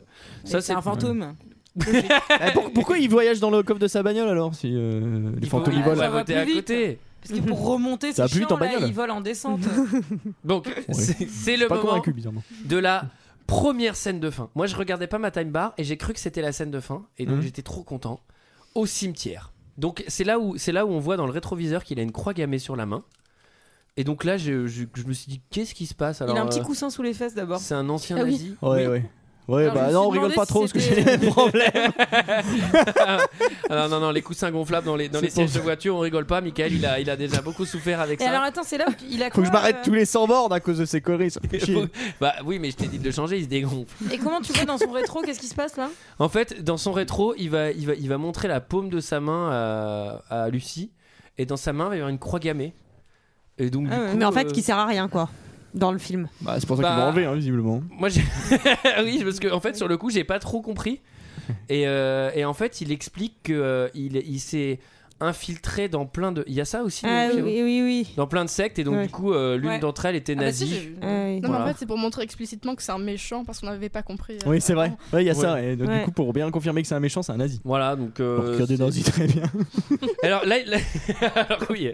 Ça,
C'est un fantôme.
Eh, pour- Pourquoi il voyage dans le coffre de sa bagnole alors si euh, les fantômes
il
ils volent
va voter
plus
à
vite.
côté.
Parce que pour remonter,
Ça
c'est
va plus vite en
chiant, là,
bagnole.
ils volent en descente.
Donc c'est c'est le
Pas
moment
convaincu bizarrement.
de la première scène de fin. Moi, je regardais pas ma time bar et j'ai cru que c'était la scène de fin et donc
Mhm.
j'étais trop content. Au cimetière. Donc c'est là où c'est là où on voit dans le rétroviseur qu'il a une croix gammée sur la main. Et donc là, je, je- je me suis dit qu'est-ce qui se passe alors
il a un petit
euh,
coussin sous les fesses d'abord.
C'est un ancien
Ah oui.
nazi.
Ouais ouais. Ouais
Alors, je me
bah
suis
non on
demandé
rigole pas
si
trop parce que
c'était-
j'ai les mêmes problèmes.
Ah non, non, non, les coussins gonflables dans les, dans les
C'est pour
sièges de voiture, on rigole pas. Michael, il a, il a déjà beaucoup souffert avec
Et
ça.
alors attends, c'est là où il a
Faut que je
quoi,
m'arrête
euh,
tous les 100 bornes à cause de ces conneries. ça fait chier.
Bah oui, mais je t'ai dit de le changer, il se dégonfle.
Et comment tu vois dans son rétro qu'est-ce qui se passe là
En fait, dans son rétro, il va, il va, il va montrer la paume de sa main à, à Lucie. Et dans sa main, il va y avoir une croix gammée. Et
Ah
donc, du coup,
Mais en fait,
euh,
qui sert à rien, quoi, dans le film.
Bah, c'est pour ça qu'ils
Bah,
l'ont enlevé hein, visiblement.
Moi, j'ai- oui, parce que en fait, sur le coup, j'ai pas trop compris. Et, euh, et en fait, il explique que euh, il, il s'est infiltré dans plein de. Il y a ça aussi.
Ah
le
oui,
film
oui, oui, oui.
Dans plein de sectes, et donc
Ouais.
du coup, euh, l'une
Ouais.
d'entre elles était
Ah bah si,
nazie.
j'ai-
Ouais.
Non, mais en
Voilà.
fait, c'est pour montrer explicitement que c'est un méchant parce qu'on n'avait pas compris. euh,
Oui c'est vrai. Ouais il y a ça.
Ouais.
Et donc,
Ouais.
du coup pour bien confirmer que c'est un méchant c'est un nazi.
Voilà donc.
Alors
Euh,
qu'il y a des nazis très bien.
Alors là, là- alors oui,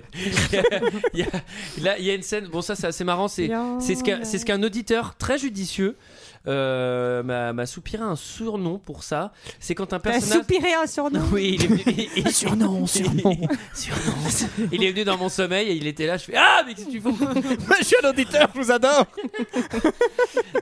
il y, a, là, il y a une scène. Bon, ça, c'est assez marrant. C'est c'est ce qu'un c'est ce qu'un auditeur très judicieux euh, m'a m'a soupiré un surnom pour ça. C'est quand un
T'as
personnage.
soupiré un surnom.
Oui, il est venu. il- il-
Surnom, surnom.
il est venu dans mon sommeil et il était là. Je fais Ah, mais qu'est-ce que tu fous
Monsieur l'auditeur, je vous adore.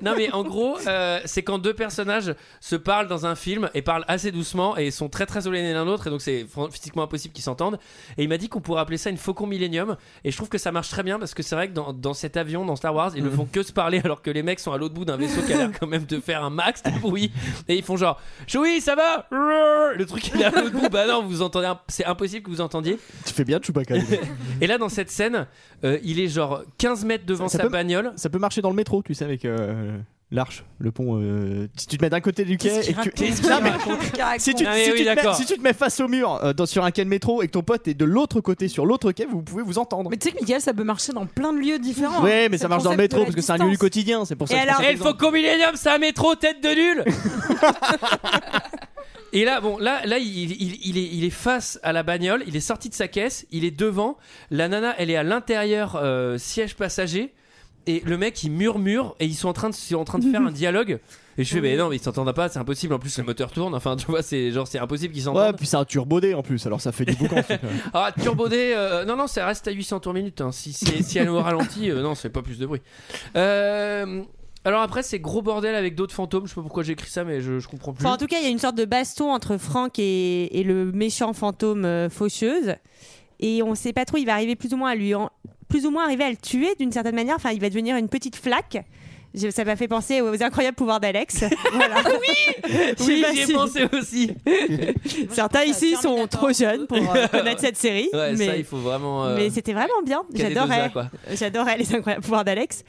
Non, mais en gros, euh, c'est quand deux personnages se parlent dans un film et parlent assez doucement et sont très très éloignés l'un de l'autre, et donc c'est fran- physiquement impossible qu'ils s'entendent. Et il m'a dit qu'on pourrait appeler ça une Faucon Millennium, et je trouve que ça marche très bien parce que c'est vrai que dans, dans cet avion, dans Star Wars, ils ne
Mm.
font que se parler alors que les mecs sont à l'autre bout d'un vaisseau qui a l'air quand même de faire un max de bruit, et ils font genre Joui, ça va Le truc il est à l'autre bout, bah non, vous entendez, un- c'est impossible que vous entendiez.
Tu fais bien Chewbacca. dis donc.
Et là, dans cette scène, euh, il est genre 15 mètres devant
Ça
sa
peut-
bagnole.
Ça peut marcher dans le métro, tu sais, avec euh, l'arche, le pont. euh, si tu te mets d'un côté du quai et que tu.
Qu'est-ce qu'il
Non, mais
raconte
Si tu,
Ah, mais
si
oui,
tu te mets,
d'accord.
si tu te mets face au mur euh, dans- sur un quai de métro et que ton pote est de l'autre côté sur l'autre quai, vous pouvez vous entendre.
Mais tu sais que Miguel, ça peut marcher dans plein de lieux différents.
ouais,
hein.
mais ça
le
marche dans le
concept de
métro
la
parce que c'est un lieu du
distance.
quotidien. C'est pour ça.
Et
que je
alors,
prends cet
il faut
exemple.
qu'au Millennium, c'est un métro tête de nul Et là, bon, là, là, il, il- il est, il est face à la bagnole, il est sorti de sa caisse, il est devant. La nana, elle est à l'intérieur, euh, siège passager. Et le mec, il murmure et ils sont en train de, ils sont en train de faire un dialogue. Et je fais, mais non, mais ils s'entendent pas, c'est impossible. En plus, le moteur tourne. Enfin, tu vois, c'est genre, c'est impossible qu'ils s'entendent.
Ouais, puis c'est un turbodé en plus, alors ça fait du boucan. c'est-
Ah, Turbo D, euh, non, non, ça reste à 800 tours minute. hein. Si, si, si elle nous ralentit, euh, non, c'est pas plus de bruit. Euh, alors après, c'est gros bordel avec d'autres fantômes. Je sais pas pourquoi j'écris ça, mais je, je comprends plus.
Enfin, en tout cas, il y a une sorte de baston entre Franck et, et le méchant fantôme euh, faucheuse. Et on sait pas trop, il va arriver plus ou moins à lui en- plus ou moins arriver à le tuer d'une certaine manière. Enfin, il va devenir une petite flaque. Je- Ça m'a fait penser aux incroyables pouvoirs d'Alex. Voilà.
oui,
pas
j'y ai
si-
pensé aussi.
Certains ici sont trop jeunes pour euh, connaître cette série.
Ouais,
mais...
ça, il faut vraiment. euh,
Mais c'était vraiment bien.
K2A,
J'adorais.
quoi.
J'adorais les incroyables pouvoirs d'Alex.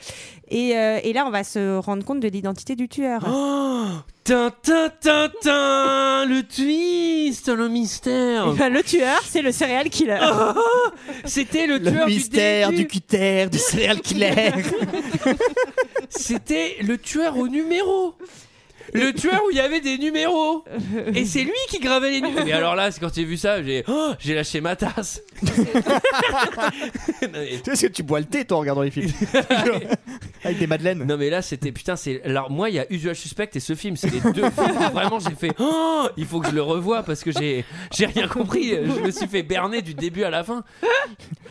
Et, euh, et là, on va se rendre compte de l'identité du tueur.
Oh, Tintin, tintin, le twist, le mystère.
Eh ben, le tueur, c'est le serial killer.
Ah. C'était le,
tueur du début.
cutter, du serial killer.
C'était le tueur au numéro. Le tueur où il y avait des numéros. Et c'est lui qui gravait les numéros. Mais alors là, c'est quand j'ai vu ça, j'ai oh, j'ai lâché ma tasse.
Tu sais, est-ce que tu bois le thé toi en regardant les films Avec des madeleines.
Non mais là c'était putain c'est alors moi il y a Usual Suspect et ce film c'est les deux films où vraiment j'ai fait oh, il faut que je le revoie parce que j'ai j'ai rien compris je me suis fait berner du début à la fin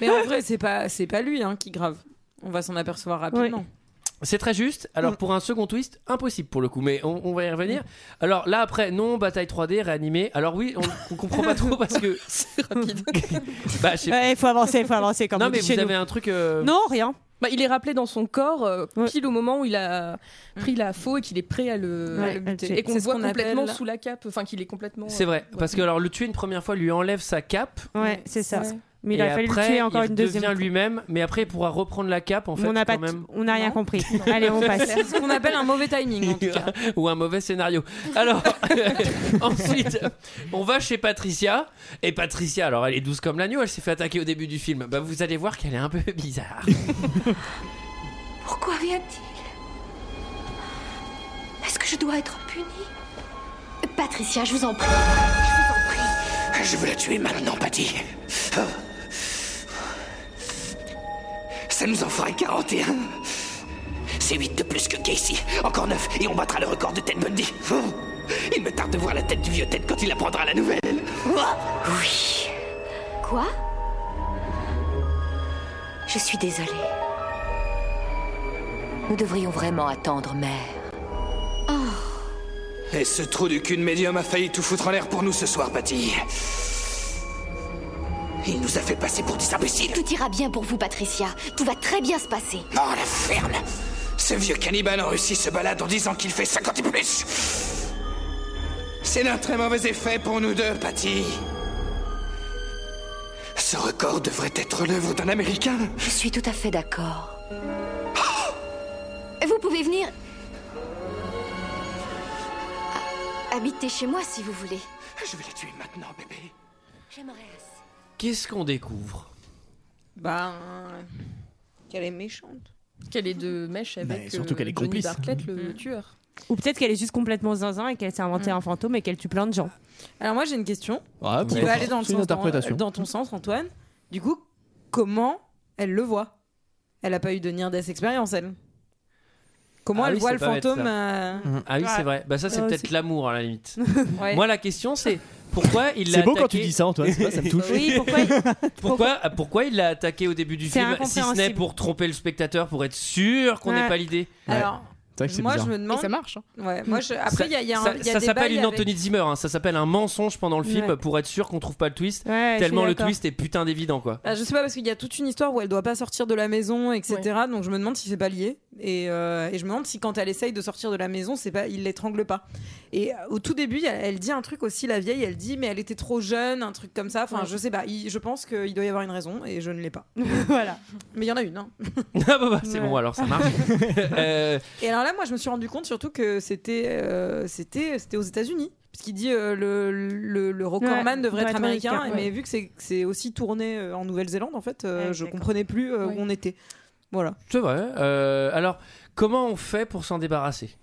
Mais en vrai, c'est pas, c'est pas lui hein, qui grave. On va s'en apercevoir rapidement.
C'est très juste. Alors pour un second twist, impossible pour le coup, mais on, on va y revenir. Alors là après, non, bataille 3D réanimée. Alors oui, on, on comprend pas trop parce que c'est rapide. bah, je sais
Il
pas.
faut avancer, il faut avancer quand
non
même
mais
chez
vous
nous.
avez un truc. euh,
Non, rien.
Bah, il est rappelé dans son corps euh, pile au moment où il a pris la faux et qu'il est prêt à le,
Ouais,
à le buter.
à le
Et qu'on
tuer.
le
Mm. C'est
voit
ce qu'on
complètement
appelle-
sous la cape, enfin qu'il est complètement.
C'est
euh,
vrai, parce que alors le tuer une première fois lui enlève sa cape.
Ouais, c'est ça. Mais il
et
a fallu
après,
le tuer encore
il
une deuxième.
devient lui-même, mais après il pourra reprendre la cape en fait.
on n'a pas,
quand même.
on n'a rien compris. Allez, on passe.
C'est ce qu'on appelle un mauvais timing. en tout cas.
ou un mauvais scénario. Alors, ensuite, on va chez Patricia. Et Patricia, alors elle est douce comme l'agneau, elle s'est fait attaquer au début du film. Bah, vous allez voir qu'elle est un peu bizarre.
Pourquoi vient-il Est-ce que je dois être punie Patricia, je vous en prie.
Je veux la tuer maintenant, Patty. Ah. Ça nous en fera 41. C'est 8 de plus que Casey. Encore 9 et on battra le record de Ted Bundy. Ah. Il me tarde de voir la tête du vieux Ted quand il apprendra la nouvelle. Oui.
Oh. Quoi Je suis désolée. Nous devrions vraiment attendre mère.
Oh.
Et ce trou du cul de médium a failli tout foutre en l'air pour nous ce soir, Patty.
Il nous a fait passer pour des imbéciles.
Tout ira bien pour vous, Patricia. Tout va très bien se passer.
Oh, la ferme Ce vieux cannibale en Russie se balade en disant qu'il fait 50 et plus C'est d'un très mauvais effet pour nous deux, Patty.
Ce record devrait être l'œuvre d'un Américain.
Je suis tout à fait d'accord. Oh Vous pouvez venir. Ah, Habiter chez moi si vous voulez.
Je vais la tuer maintenant, bébé.
J'aimerais assez.
Qu'est-ce qu'on découvre
Bah,
euh,
qu'elle est méchante.
Qu'elle est de mèche avec.
Mais
surtout
euh,
qu'elle est
Johnny
complice.
Bartlett, le
Mm.
tueur.
Ou peut-être qu'elle est juste complètement zinzin et qu'elle s'est
Mm.
inventée un fantôme et qu'elle tue plein de gens.
Alors moi j'ai une question
Ouais,
qui
bon,
va aller dans, le
c'est une
sens dans-
interprétation.
dans ton sens Antoine. Du coup, comment elle le voit Elle a pas eu de near death experience elle. Comment
Ah
elle
oui,
voit
c'est
le
pas bête,
fantôme
ça.
euh,
Ah oui, c'est
ouais.
vrai. Bah, ça, c'est
Ouais,
peut-être l'amour à la limite.
Ouais.
Moi, la question, c'est pourquoi il l'a
C'est beau quand
attaqué-
tu dis ça, Antoine, c'est pas- ça me touche.
Oui, pourquoi
pourquoi, euh, pourquoi il l'a attaqué au début du
C'est
film, si ce
incompréhensible.
n'est pour tromper le spectateur, pour être sûr qu'on n'ait
Ouais.
pas l'idée
Alors, moi je me demande.
Et ça marche, hein.
Ouais, moi je-
Ça-
après il y a, il y a un-
ça-
il y a
ça
des
s'appelle
bails
une
avec-
Anthony Zimmer, hein, ça s'appelle un mensonge pendant le film
Ouais.
pour être sûr qu'on trouve pas le twist.
Ouais, je
tellement
suis
le
d'accord.
twist est putain d'évident quoi.
Ah, je sais pas parce qu'il y a toute une histoire où elle doit pas sortir de la maison, etc. Donc je me demande si c'est pas lié et, euh, et je me demande si quand elle essaye de sortir de la maison, c'est pas il l'étrangle pas. Et euh, au tout début, elle, elle dit un truc aussi la vieille, elle dit mais elle était trop jeune, un truc comme ça. Enfin
Ouais.
je sais pas, Il- je pense qu'il doit y avoir une raison et je ne l'ai pas.
voilà.
Mais il y en a une. hein.
ah bah, bah, c'est
Ouais.
bon alors ça marche. Euh,
Et alors là, moi je me suis rendu compte surtout que c'était euh, c'était c'était aux États-Unis. Parce qu'il dit euh, le, le, le recordman
Ouais,
devrait
doit
être
être
américain,
américain, ouais.
mais vu que c'est- que c'est aussi tourné euh, en Nouvelle-Zélande, en fait, euh,
Ouais,
je
d'accord.
comprenais plus euh,
Ouais.
où on était. Voilà.
C'est vrai. Euh, alors comment on fait pour s'en débarrasser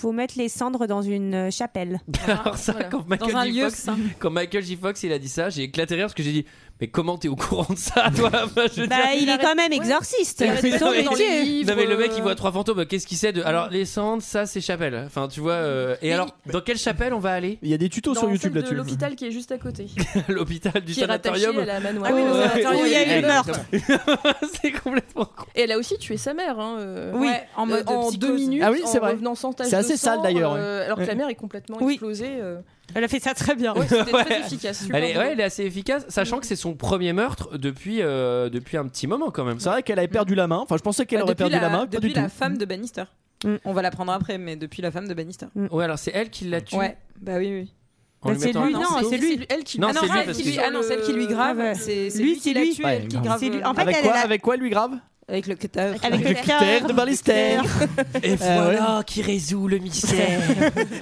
faut mettre les cendres dans une euh, chapelle.
Ah,
Alors ça, quand Michael,
Dans un
J.
lieu
Fox,
saint.
quand Michael J. Fox il a dit ça, j'ai éclaté de rire parce que j'ai dit mais comment t'es au courant de ça toi Enfin, je veux
Bah,
dire-
il est quand même exorciste. C'est son
Non, mais-
métier.
non, mais le mec il
euh,
voit trois fantômes, qu'est-ce qu'il sait de Alors les cendres, ça c'est chapelle. Enfin tu vois. euh, Et alors dans quelle chapelle on va aller
Il y a des tutos
Dans
sur
celle
YouTube
de
là-dessus.
l'hôpital qui est juste à côté.
L'hôpital du
qui est rattaché
sanatorium.
à la manoir.
Ah oui, le
Ouais.
sanatorium.
Où il y a eu
Eh,
le meurtre.
exactement.
Et elle a aussi tué sa mère. hein, euh,
Oui.
ouais, en, mode
Euh,
en
psychose.
deux minutes.
Ah oui, c'est
en
vrai.
revenant sans tache
C'est
de
assez
sang,
sale, d'ailleurs,
euh,
ouais.
alors que la
Ouais.
mère est complètement
Oui.
explosée. euh.
Elle a fait ça très bien.
Ouais, c'était très
Ouais.
efficace. super
Elle est,
bien.
ouais, elle est assez efficace, sachant que c'est son premier meurtre depuis, euh, depuis un petit moment quand même.
C'est vrai qu'elle avait perdu la main. Enfin, je pensais qu'elle
Bah,
aurait
depuis
perdu la, main. Pas
depuis
du tout.
la femme de Bannister. On va la prendre après, mais depuis la femme de Bannister.
Ouais, alors c'est elle qui l'a tué.
Ouais, bah oui, oui.
En Bah, lui c'est mettant lui, un- non,
c'est lui.
Elle qui
Non,
ah non,
c'est lui,
elle
parce
qui
que-
lui- ah non, celle qui lui grave. C'est c'est
Lui,
lui qui
c'est
l'a
lui.
tué, elle qui grave.
C'est lui. En fait,
avec,
elle
quoi,
est là- Ah.
avec quoi lui grave
Avec le cutter.
Avec le
Terre de Ballester.
Et voilà qui résout le mystère.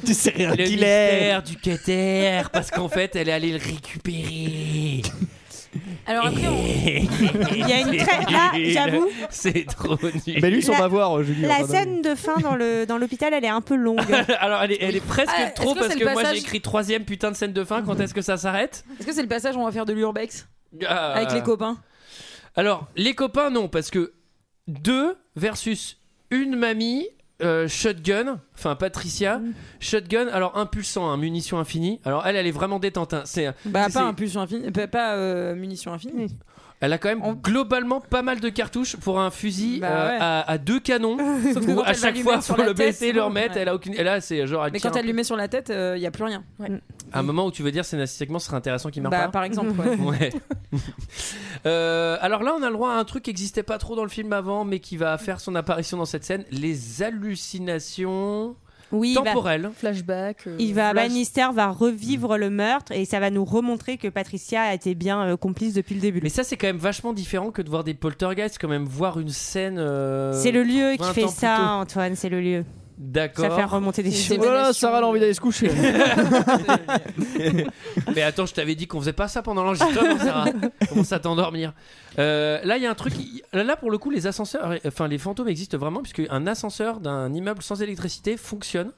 tu sais rien
le
qu'il est.
mystère du cutter, parce qu'en fait, elle est allée le récupérer.
Alors après,
Il
y a une très- Ah, j'avoue.
C'est trop nul.
Mais lui, son
La-
bavoir, euh, Julie.
La
enfin, non, mais-
scène de fin dans le- dans l'hôpital, elle est un peu longue.
Alors, elle est, elle est presque
Ah, est-ce
trop
que
parce
c'est
que
le
moi j'ai
passage-
écrit troisième putain de scène de fin. Quand est-ce que ça s'arrête
Est-ce que c'est le passage où on va faire de l'urbex
Ah.
Avec les copains
Alors, les copains, non, parce que deux versus une mamie. euh, shotgun, enfin Patricia,
Mm.
Shotgun, alors impulsant, hein, munition infinie. Alors elle, elle est vraiment détente. hein. C'est,
Bah,
c'est-
pas impulsion infinie. Pas, pas, euh, munition infinie.
Elle a quand même globalement pas mal de cartouches pour un fusil
Bah
euh,
ouais.
à, à deux canons.
Sauf que
où
quand
à
elle va
chaque
lui
fois,
mettre sur
faut
la
le
tête,
baisser,
c'est
le
bon,
remettre.
ouais.
Elle a aucune. Et là, c'est genre.
Mais
tient
quand
un
elle lui met sur la tête, il n'y a plus rien.
À un moment où tu veux dire scénaristiquement ce serait intéressant qu'il meure
Bah,
pas
par exemple, ouais.
Ouais. Euh, alors là on a le droit à un truc qui n'existait pas trop dans le film avant mais qui va faire son apparition dans cette scène les hallucinations
Oui, bah,
temporelles
Flashback. euh,
Il va,
flash-
Bannister va revivre le meurtre et ça va nous remontrer que Patricia a été bien euh, complice depuis le début.
mais ça c'est quand même vachement différent que de voir des poltergeists quand même voir une scène euh,
C'est le lieu
20
qui fait
ans plus
ça,
tôt.
Antoine, c'est le lieu.
d'accord
Ça fait remonter des choses.
Oh là là, Sarah elle a envie d'aller se coucher.
mais attends je t'avais dit qu'on faisait pas ça pendant l'enregistrement Sarah commence à t'endormir Euh, là il y a un truc là pour le coup les ascenseurs enfin les fantômes existent vraiment puisque un ascenseur d'un immeuble sans électricité fonctionne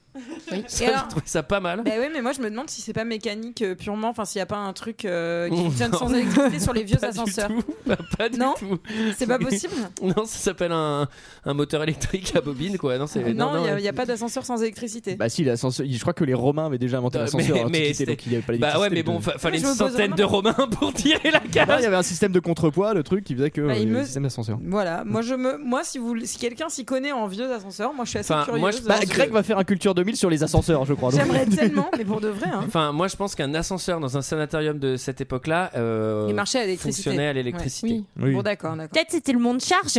ça,
Et
j'ai
alors-
trouvé ça pas mal
Bah ouais, mais moi je me demande si c'est pas mécanique euh, purement, enfin s'il n'y a pas un truc euh, qui
Oh, Non.
fonctionne sans électricité sur les vieux
Pas du
ascenseurs.
tout, pas, pas du
Non,
tout.
c'est pas possible.
Non, ça s'appelle un, un moteur électrique à bobine, quoi. Non, c'est
Non, il n'y a,
ouais.
y a pas d'ascenseur sans électricité.
Bah si, l'ascenseur. Je crois que les Romains avaient déjà inventé
Euh,
l'ascenseur.
mais- mais
à l'Antiquité,
c'était-
donc il y avait pas
Bah ouais, mais bon, fa- fallait une centaine de Romains pour tirer la cage.
Ah, Il y avait un système de contrepoids, le truc qui faisait que
Bah, il
il y avait
me-
un système d'ascenseur.
Voilà, moi je me, moi si vous, si quelqu'un s'y connaît en vieux ascenseurs, moi je suis assez
Enfin,
curieuse.
moi, je-
Bah, Greg va faire un culture 2000 sur les ascenseurs, je crois. donc.
J'aimerais tellement, mais pour de vrai. Hein.
Enfin, moi, je pense qu'un ascenseur dans un sanatorium de cette époque-là euh,
Il marchait à l'électricité.
fonctionnait à l'électricité.
Ouais. Bon d'accord, d'accord.
Peut-être c'était le monde charge.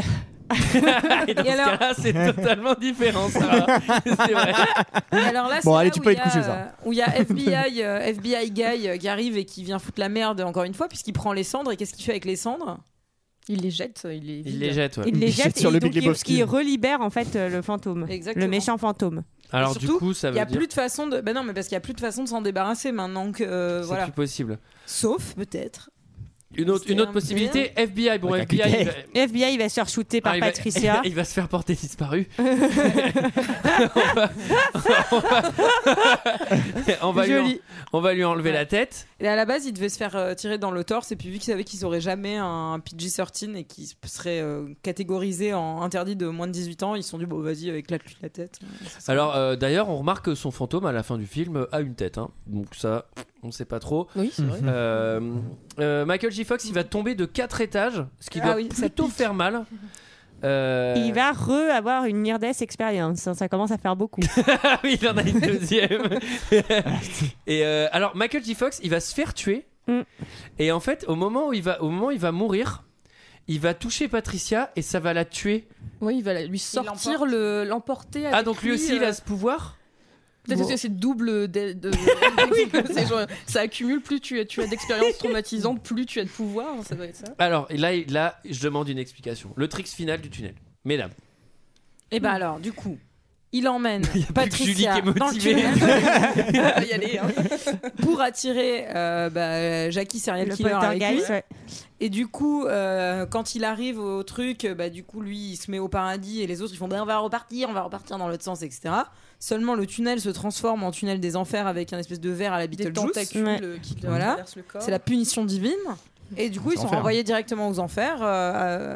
Et dans ce cas-là, c'est totalement différent, Sarah. c'est vrai.
Et alors là,
Bon,
c'est
allez,
là
tu
où
peux
il y
aller te
a,
coucher, Sarah.
euh, Où il y a FBI, euh, FBI guy euh, qui arrive et qui vient foutre la merde encore une fois puisqu'il prend les cendres et qu'est-ce qu'il fait avec les cendres
Il les jette, il les,
Il les jette, ouais.
Euh, Il les jette
sur
et
le
donc
Big
il,
Lebowski.
il relibère en fait euh, le fantôme,
Exactement.
le méchant fantôme.
Alors,
Et
du
surtout,
coup, ça
Il y
veut
a
dire.
plus de façon de. Bah non, mais parce qu'il y a plus de façon de s'en débarrasser maintenant que euh,
C'est
voilà.
plus possible.
Sauf peut-être.
Une autre, une
C'était
autre
un
possibilité, FBI. Bon,
Avec un
FBI. Ah, il va-
FBI, il va se faire shooter par
Ah, il va-
Patricia.
il va se faire porter disparu. on va, lui,
Joli.
en- on va lui enlever la tête.
Et à la base, il devait se faire euh, tirer dans le torse et puis vu qu'ils savaient qu'ils auraient jamais un PG-13 et qu'ils seraient euh, catégorisés en interdit de moins de 18 ans, ils se sont dit bon vas-y éclate-lui la tête.
Alors euh, d'ailleurs, on remarque que son fantôme à la fin du film euh, a une tête. hein. Donc ça, on sait pas trop.
Oui, c'est vrai.
Euh, euh, Michael J. Fox, il va tomber de 4 étages, ce qui
Ah
doit
oui, ça
plutôt faire mal. Euh,
Il va re-avoir une near death experience. Ça commence à faire beaucoup.
Ah oui, il en a une deuxième. et euh, alors Michael J. Fox, il va se faire tuer.
Mm.
Et en fait, au moment où il va, au moment où il va mourir, il va toucher Patricia et ça va la tuer.
Oui, il va la- lui sortir, le- l'emporter.
Ah
avec
donc lui aussi, il
euh,
a ce pouvoir.
Peut-être
Bon.
que c'est double. De, de- c'est genre, ça accumule, plus tu as, tu as d'expériences traumatisantes, plus tu as de pouvoir. Ça doit être ça.
Alors et là, il- là, je demande une explication. Le trix final du tunnel, mesdames.
Et ben Eh alors du coup, Il emmène
Julie qui
Patricia
est
dans le
motivée.
tunnel. On va y aller, hein. pour attirer euh, bah, Jackie Serial
Le
Killer avec lui.
poltergeist, ouais.
Et du coup, euh, quand il arrive au truc, euh, bah, du coup, lui, il se met au paradis et les autres, ils font bah, on va repartir, on va repartir dans l'autre sens, etc. Seulement, le tunnel se transforme en tunnel des enfers avec un espèce de verre à la Beetlejuice.
tentacules, euh, qui leur
voilà.
traversent le corps.
C'est la punition divine. Et du coup,
Les
ils sont
enfers.
hein.
renvoyés directement aux enfers. euh,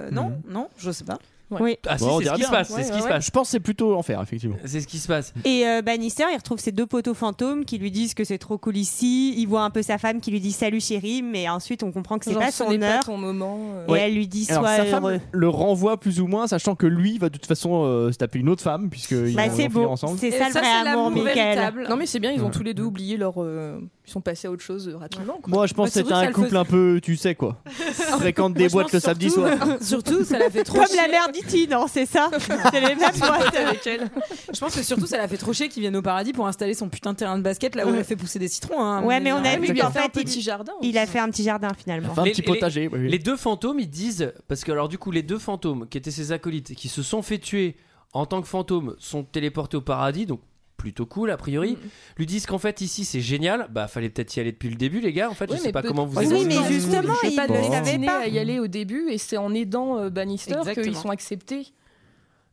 euh, non,
Mm.
non, je sais pas.
Oui.
Ah si,
Bon, on
c'est ce
dirait
qui se
bien.
passe, c'est ce qui se passe.
Je pense que c'est plutôt l'enfer, effectivement.
C'est ce qui se passe.
Et euh, Bannister, il retrouve ses deux poteaux fantômes qui lui disent que c'est trop cool ici. Il voit un peu sa femme qui lui dit salut chérie, mais ensuite on comprend que c'est
Genre,
pas
ce
son
n'est pas
heure.
ton moment. euh.
Et elle lui dit
Alors,
sois
sa
heureux.
femme le renvoie plus ou moins, sachant que lui va de toute façon euh, se taper une autre femme, puisque ils
Bah,
vont
c'est
en
beau.
finir ensemble.
C'est
Et
ça, le vrai
c'est
amour,
l'amour
Michael.
véritable. Non mais c'est bien, ils ont
Ouais.
tous les deux oublié leur. euh, Ils sont passés à autre chose euh, rapidement. quoi.
Moi, je pense
Bah,
que c'était
surtout
un
que
couple
ça
un peu, tu sais quoi. Fréquente des boîtes le samedi soir.
Surtout, ça la fait trop
Comme
chier.
la mère d'Iti, non, c'est ça C'est les mêmes boîtes.
avec elle. Je pense que surtout ça l'a fait trop chier qu'ils viennent au paradis pour installer son putain de terrain de basket là où il a fait pousser des citrons. hein, à mon
Ouais, mais
avis.
Ah
on a vu qu'en fait, il- Il a
aussi.
fait un petit jardin finalement.
Enfin, un petit potager, oui, oui.
Les deux fantômes, ils disent parce que alors du coup, les deux fantômes qui étaient ses acolytes, qui se sont fait tuer en tant que fantômes, sont téléportés au paradis, donc plutôt cool a priori.
Mm.
Lui disent qu'en fait ici c'est génial. Bah fallait peut-être y aller depuis le début, les gars. En fait,
Oui,
je sais
mais
pas
peut-
comment vous.
Oui,
êtes
mais
sentis.
justement, ils pas
pense.
destinés à y aller au début et c'est en aidant euh, Bannister qu'ils
Exactement.
sont acceptés.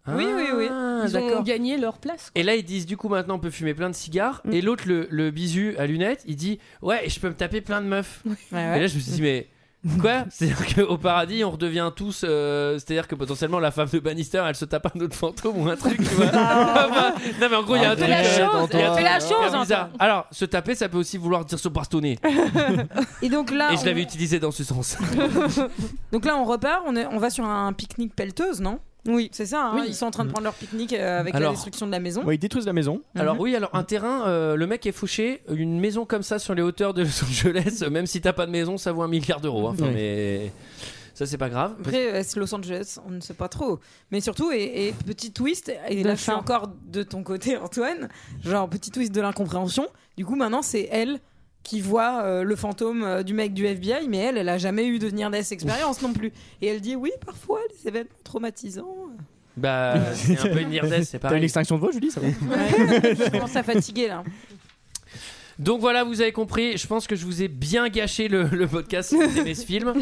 Ah,
oui, oui, oui. Ils ont
d'accord.
gagné leur place.
Et là, ils disent du coup, maintenant on peut fumer plein de cigares.
Mm.
Et l'autre, le, le bisu à lunettes, il dit Ouais, je peux me taper plein de meufs.
ouais.
Et là, je me suis dit, mais. Quoi C'est-à-dire qu'au paradis, on redevient tous. euh, C'est-à-dire que potentiellement, la femme de Bannister, elle se tape un autre fantôme ou un truc, tu vois. Enfin, non, mais en gros, il y a un
Arrête,
truc. euh, il y a un truc
Antoine.
hyper
Fais Ah. la chose,
bizarre.
Antoine.
Alors, se taper, ça peut aussi vouloir dire se bastonner.
Et donc là,
Ah,
Et je
on-
l'avais utilisé dans ce sens.
Mhm.
donc là on repart, on, est- on va sur un pique-nique pelleteuse, non Oui, c'est ça. hein,
Oui.
Ils sont en train de prendre leur pique-nique euh, avec la
Alors-
destruction de la maison.
ils détruisent la maison.
Alors oui, alors un terrain, euh, le mec est fauché, une maison comme ça sur les hauteurs de Los Angeles, même si t'as pas de maison, ça vaut un milliard d'euros. hein. Enfin,
Ouais.
mais ça c'est pas grave.
Après, est-ce Los Angeles On ne sait pas trop. Mais surtout, et, et petit twist, et là je suis encore de ton côté, Antoine, genre petit twist de l'incompréhension. Du coup, maintenant, c'est elle qui voit euh, le fantôme euh, du mec du FBI, mais elle, elle a jamais eu de venir d'ess expérience non plus. Et elle dit oui, parfois, les événements traumatisants.
Bah, c'est un peu une nirdesse, c'est
T'as
pareil.
une extinction de voix, Julie ça va
Euh, Je commence à fatiguer là.
Donc voilà, vous avez compris. Je pense que je vous ai bien gâché le, le podcast si vous aimez ce film.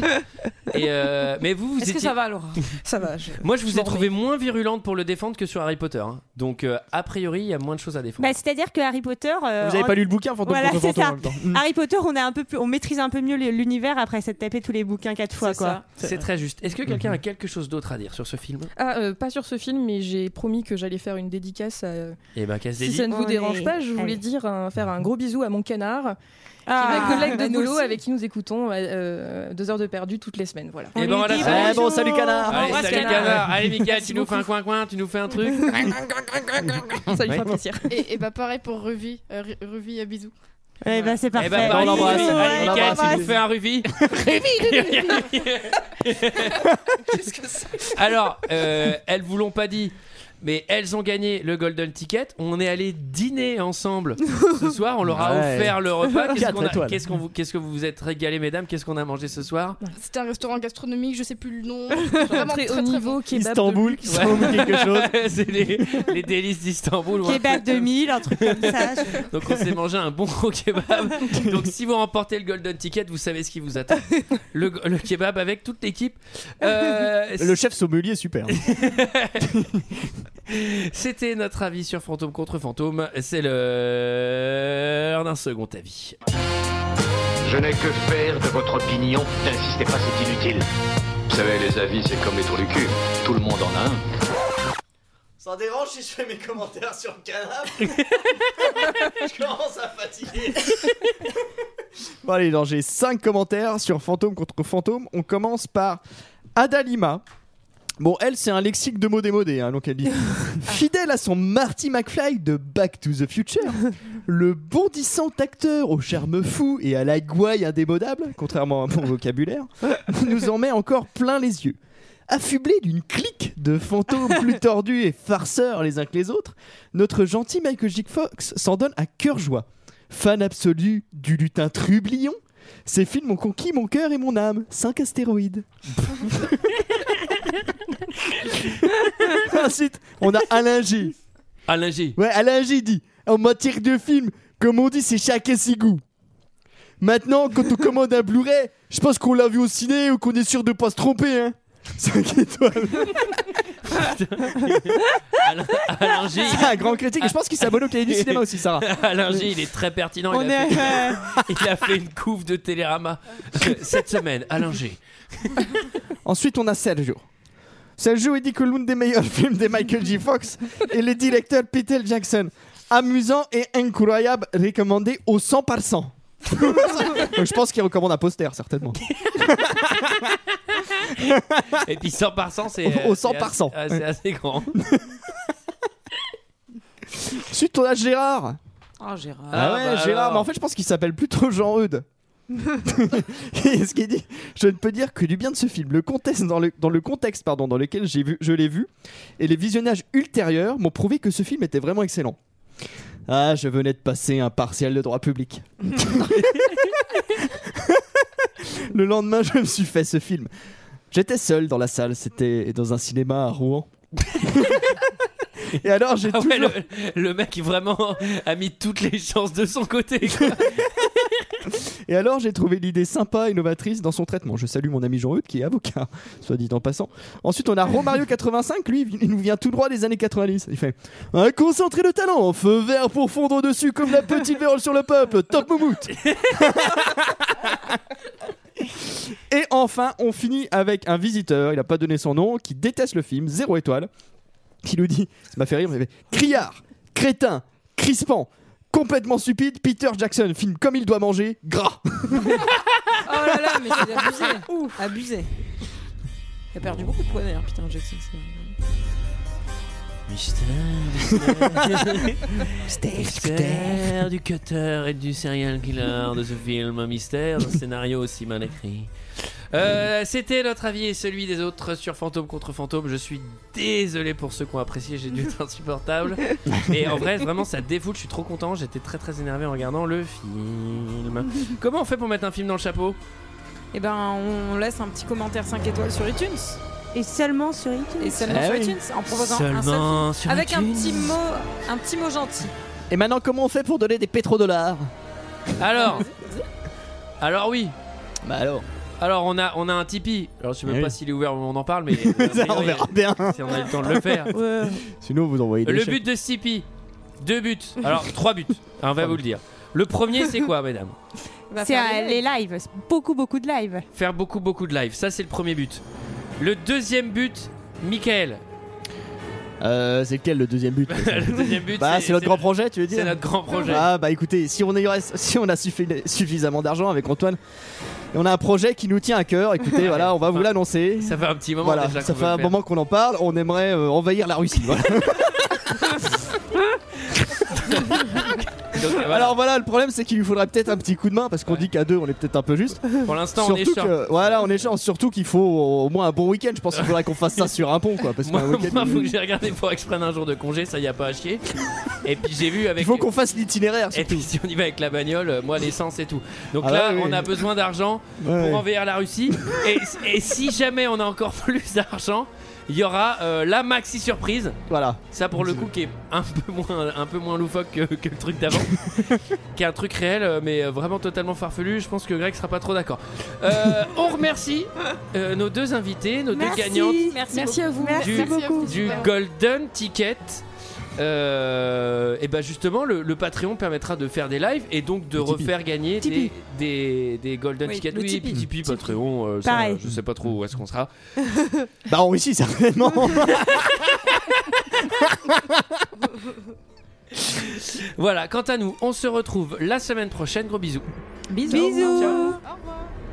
Et euh, mais vous, vous
Est-ce que
étiez-
ça va, Laura Ça va. je-
Moi, je vous ai
m'en remets.
trouvé moins virulente pour le défendre que sur Harry Potter. hein. Donc, euh, a priori, il y a moins de choses à défendre.
Bah, C'est-à-dire que Harry Potter. euh,
Vous avez
en-
pas lu le bouquin, Fantôme
voilà,
contre
c'est
fantôme,
ça.
en même temps.
Mm.
Harry Potter, on, a un peu plus, on maîtrise un peu mieux l'univers après s'être tapé tous les bouquins quatre fois.
Bah,
Quoi.
C'est très juste. Est-ce que
Mhm.
quelqu'un a quelque chose d'autre à dire sur ce film
Ah, euh, pas sur ce film, mais j'ai promis que j'allais faire une dédicace à. euh,
Eh ben, qu'elle se
Si
dédie.
ça ne vous
On
dérange
est-
pas, je voulais
allez.
dire un- faire un gros bisou à mon canard,
Ah,
qui est ma collègue
bah,
de
nous
boulot
aussi.
avec qui nous écoutons euh, euh, deux heures de perdu toutes les semaines. Voilà.
Eh ben, voilà,
Eh bon, salut canard
Allez,
Embrasse
salut canard. Allez, Mika, tu nous fais un coin-coin, tu nous fais un truc.
Ça lui
Ouais.
fera plaisir.
Et, et bah pareil pour Ruvi. Euh, Ru- Ruvi, euh, bisous.
Eh ben, c'est
Eh
parfait.
ben, pareil,
bah, On l'embrasse.
bisous.
On
Allez, Mika,
l'embrasse.
tu nous fais un Ruby.
Qu'est-ce que c'est
Alors, euh, elles vous l'ont pas dit, mais elles ont gagné le Golden Ticket. On est allé dîner ensemble ce soir. On leur a
Ouais.
offert le repas. Qu'est-ce
Quatre
qu'on a-
étoiles.
qu'est-ce qu'on vous, qu'est-ce que vous vous êtes régalé, mesdames Qu'est-ce qu'on a mangé ce soir
C'était un restaurant gastronomique, je sais plus le nom. Vraiment
Très
très,
haut
très,
niveau,
bon.
kebab
Istanbul,
qui
Istanbul quelque chose.
C'est les, les délices d'Istanbul. ouais.
Québec 2000, un truc comme ça. je-
Donc on s'est mangé un bon gros kebab. Donc si vous remportez le Golden Ticket, vous savez ce qui vous attend. Le, le kebab avec toute l'équipe. Euh,
Le chef sommelier est super.
C'était notre avis sur Fantôme contre Fantôme. C'est l'heure d'un second avis.
Je n'ai que faire de votre opinion. N'insistez pas, c'est inutile. Vous savez, les avis, c'est comme les trous du cul. Tout le monde en a un.
Ça dérange si je fais mes commentaires sur le canapé Je commence à fatiguer.
Bon allez, alors j'ai 5 commentaires sur fantôme contre fantôme. On commence par Adalima. Bon, elle, c'est un lexique de mots démodés, hein, donc elle dit Fidèle à son Marty McFly de Back to the Future, le bondissant acteur au charme fou et à la gouaille indémodable, contrairement à mon vocabulaire, nous en met encore plein les yeux. Affublé d'une clique de fantômes plus tordus et farceurs les uns que les autres, notre gentil Michael J. Fox s'en donne à cœur joie. Fan absolu du lutin trublion, ces films ont conquis mon cœur et mon âme. 5 astéroïdes. Ensuite, on a Alain G.
Alain G.
Ouais, Alain G dit en matière de film, comme on dit, c'est chacun ses goûts. Maintenant, quand on commande un Blu-ray, je pense qu'on l'a vu au ciné ou qu'on est sûr de pas se tromper, hein. 5 étoiles.
Alain, Alain G.
C'est un Ah, grand critique et je pense qu'il s'abonne au cahier du cinéma aussi, Sarah.
Alain G, il est très pertinent.
On
il, a
est-
fait, il a fait une couve de Télérama euh, cette semaine. Alain G.
Ensuite, on a Sergio. Sergio, il dit que l'un des meilleurs films de Michael J. Fox est le directeur Peter Jackson. Amusant et incroyable, recommandé au 100 par 100. Donc, je pense qu'il recommande un poster, certainement.
Et puis 100 par 100, c'est.
Au- au
euh,
100
c'est
par
assez-
100,
euh, C'est
ouais.
assez grand.
Ensuite, on a Gérard.
Oh, Gérard.
Ah,
bah
ouais, Gérard, mais en fait, je pense qu'il s'appelle plutôt Jean-Eudes. Et ce qu'il dit, je ne peux dire que du bien de ce film. Le contexte dans le, dans le contexte pardon, dans lequel j'ai vu, je l'ai vu et les visionnages ultérieurs m'ont prouvé que ce film était vraiment excellent. Ah, je venais de passer un partiel de droit public. le lendemain, je me suis fait ce film. J'étais seul dans la salle, c'était dans un cinéma à Rouen. Et alors, j'ai
Ah ouais,
toujours...
le, le mec, il vraiment a mis toutes les chances de son côté. quoi.
Et alors, j'ai trouvé l'idée sympa, innovatrice dans son traitement. Je salue mon ami Jean-Eudes qui est avocat, soit dit en passant. Ensuite, on a Romario85, lui, il nous vient tout droit des années 90. Il fait Un concentré de talent, feu vert pour fondre dessus comme la petite vérole sur le peuple, top moumoute Et enfin, on finit avec un visiteur, il n'a pas donné son nom, qui déteste le film, zéro étoile, qui nous dit Ça m'a fait rire, mais criard, crétin, crispant. Complètement stupide, Peter Jackson filme comme il doit manger, gras.
Oh là là, mais c'est abusé. Abusé. Il a perdu beaucoup de poids d'ailleurs, Peter Jackson. c'est-
Mystère du cutter et du serial killer de ce film. Mystère d'un scénario aussi mal écrit. Euh, C'était notre avis et celui des autres sur Fantôme contre Fantôme. Je suis désolé pour ceux qui ont apprécié, j'ai dû être insupportable. Et en vrai, vraiment, ça défoule. Je suis trop content. J'étais très très énervé en regardant le film. Comment on fait pour mettre un film dans le chapeau
Eh ben, on laisse un petit commentaire 5 étoiles sur iTunes.
Et seulement sur iTunes.
Et seulement
Ah
sur
oui.
iTunes, en proposant un seul
Seulement
film.
sur
Avec un
iTunes.
petit mot, un petit mot gentil.
Et maintenant, comment on fait pour donner des pétrodollars
Alors, alors oui.
Bah alors.
Alors on a on a un Tipeee. Alors je sais même
Eh
pas
oui.
s'il est ouvert au moment où on en parle, mais
Ça, on verra bien.
Si on a le temps de le faire.
Sinon, vous envoyez des
Le
chèques.
but de ce Tipeee, deux buts. Alors trois buts. hein, On va vous le dire. Le premier c'est quoi, mesdames
C'est euh, les lives, c'est beaucoup beaucoup de lives.
Faire beaucoup beaucoup de live. Ça c'est le premier but. Le deuxième but, Michael.
Euh, c'est lequel le deuxième but
Le deuxième but.
Bah, c'est notre grand projet, tu veux dire
C'est notre grand projet.
Ah, bah écoutez, si on, aurait- si on a suffi- suffisamment d'argent avec Antoine, et on a un projet qui nous tient à cœur, écoutez, voilà, on va vous l'annoncer.
Ça fait un petit moment
Voilà,
déjà
ça
qu'on
fait
veut
un
le faire.
moment qu'on en parle, on aimerait euh, envahir la Russie. voilà.
Donc, voilà.
Alors voilà, le problème c'est qu'il lui faudrait peut-être un petit coup de main parce qu'on dit qu'à deux on est peut-être un peu juste.
Pour l'instant, on
Surtout
est short.
que- Voilà, on est short. Surtout qu'il faut au moins un bon week-end. Je pense qu'il faudrait qu'on fasse ça sur un pont quoi. Parce
Moi,
qu'un week-end,
moi, faut que j'ai regardé pour que je prenne un jour de congé, ça y a pas à chier. Et puis j'ai vu avec.
il faut qu'on fasse l'itinéraire.
Et puis si on y va avec la bagnole, euh, moi l'essence et tout. Donc
Ah
là,
ouais, ouais.
on a besoin d'argent
Ouais.
pour envahir la Russie. et, et si jamais on a encore plus d'argent, il y aura euh, la maxi surprise.
Voilà.
Ça pour le coup qui est un peu moins, un peu moins loufoque que, que le truc d'avant, qui est un truc réel euh, mais euh, vraiment totalement farfelu. Je pense que Greg sera pas trop d'accord. Euh, on remercie euh, nos deux invités, nos
Merci.
deux gagnantes
Merci Merci beaucoup. à vous.
du,
Merci beaucoup.
du
Merci.
Golden Ticket. Euh, et ben justement, le, le Patreon permettra de faire des lives et donc de refaire gagner des,
Tipeee.
des, des Golden
Oui,
Tickets.
le
Oui,
Tipeee.
Tipeee, Patreon, euh, ça,
Pareil.
je sais pas trop où est-ce qu'on sera.
Bah en Russie certainement.
Voilà, quant à nous, on se retrouve la semaine prochaine. Gros bisous.
Bisous.
Então,
Ciao.
Bisous.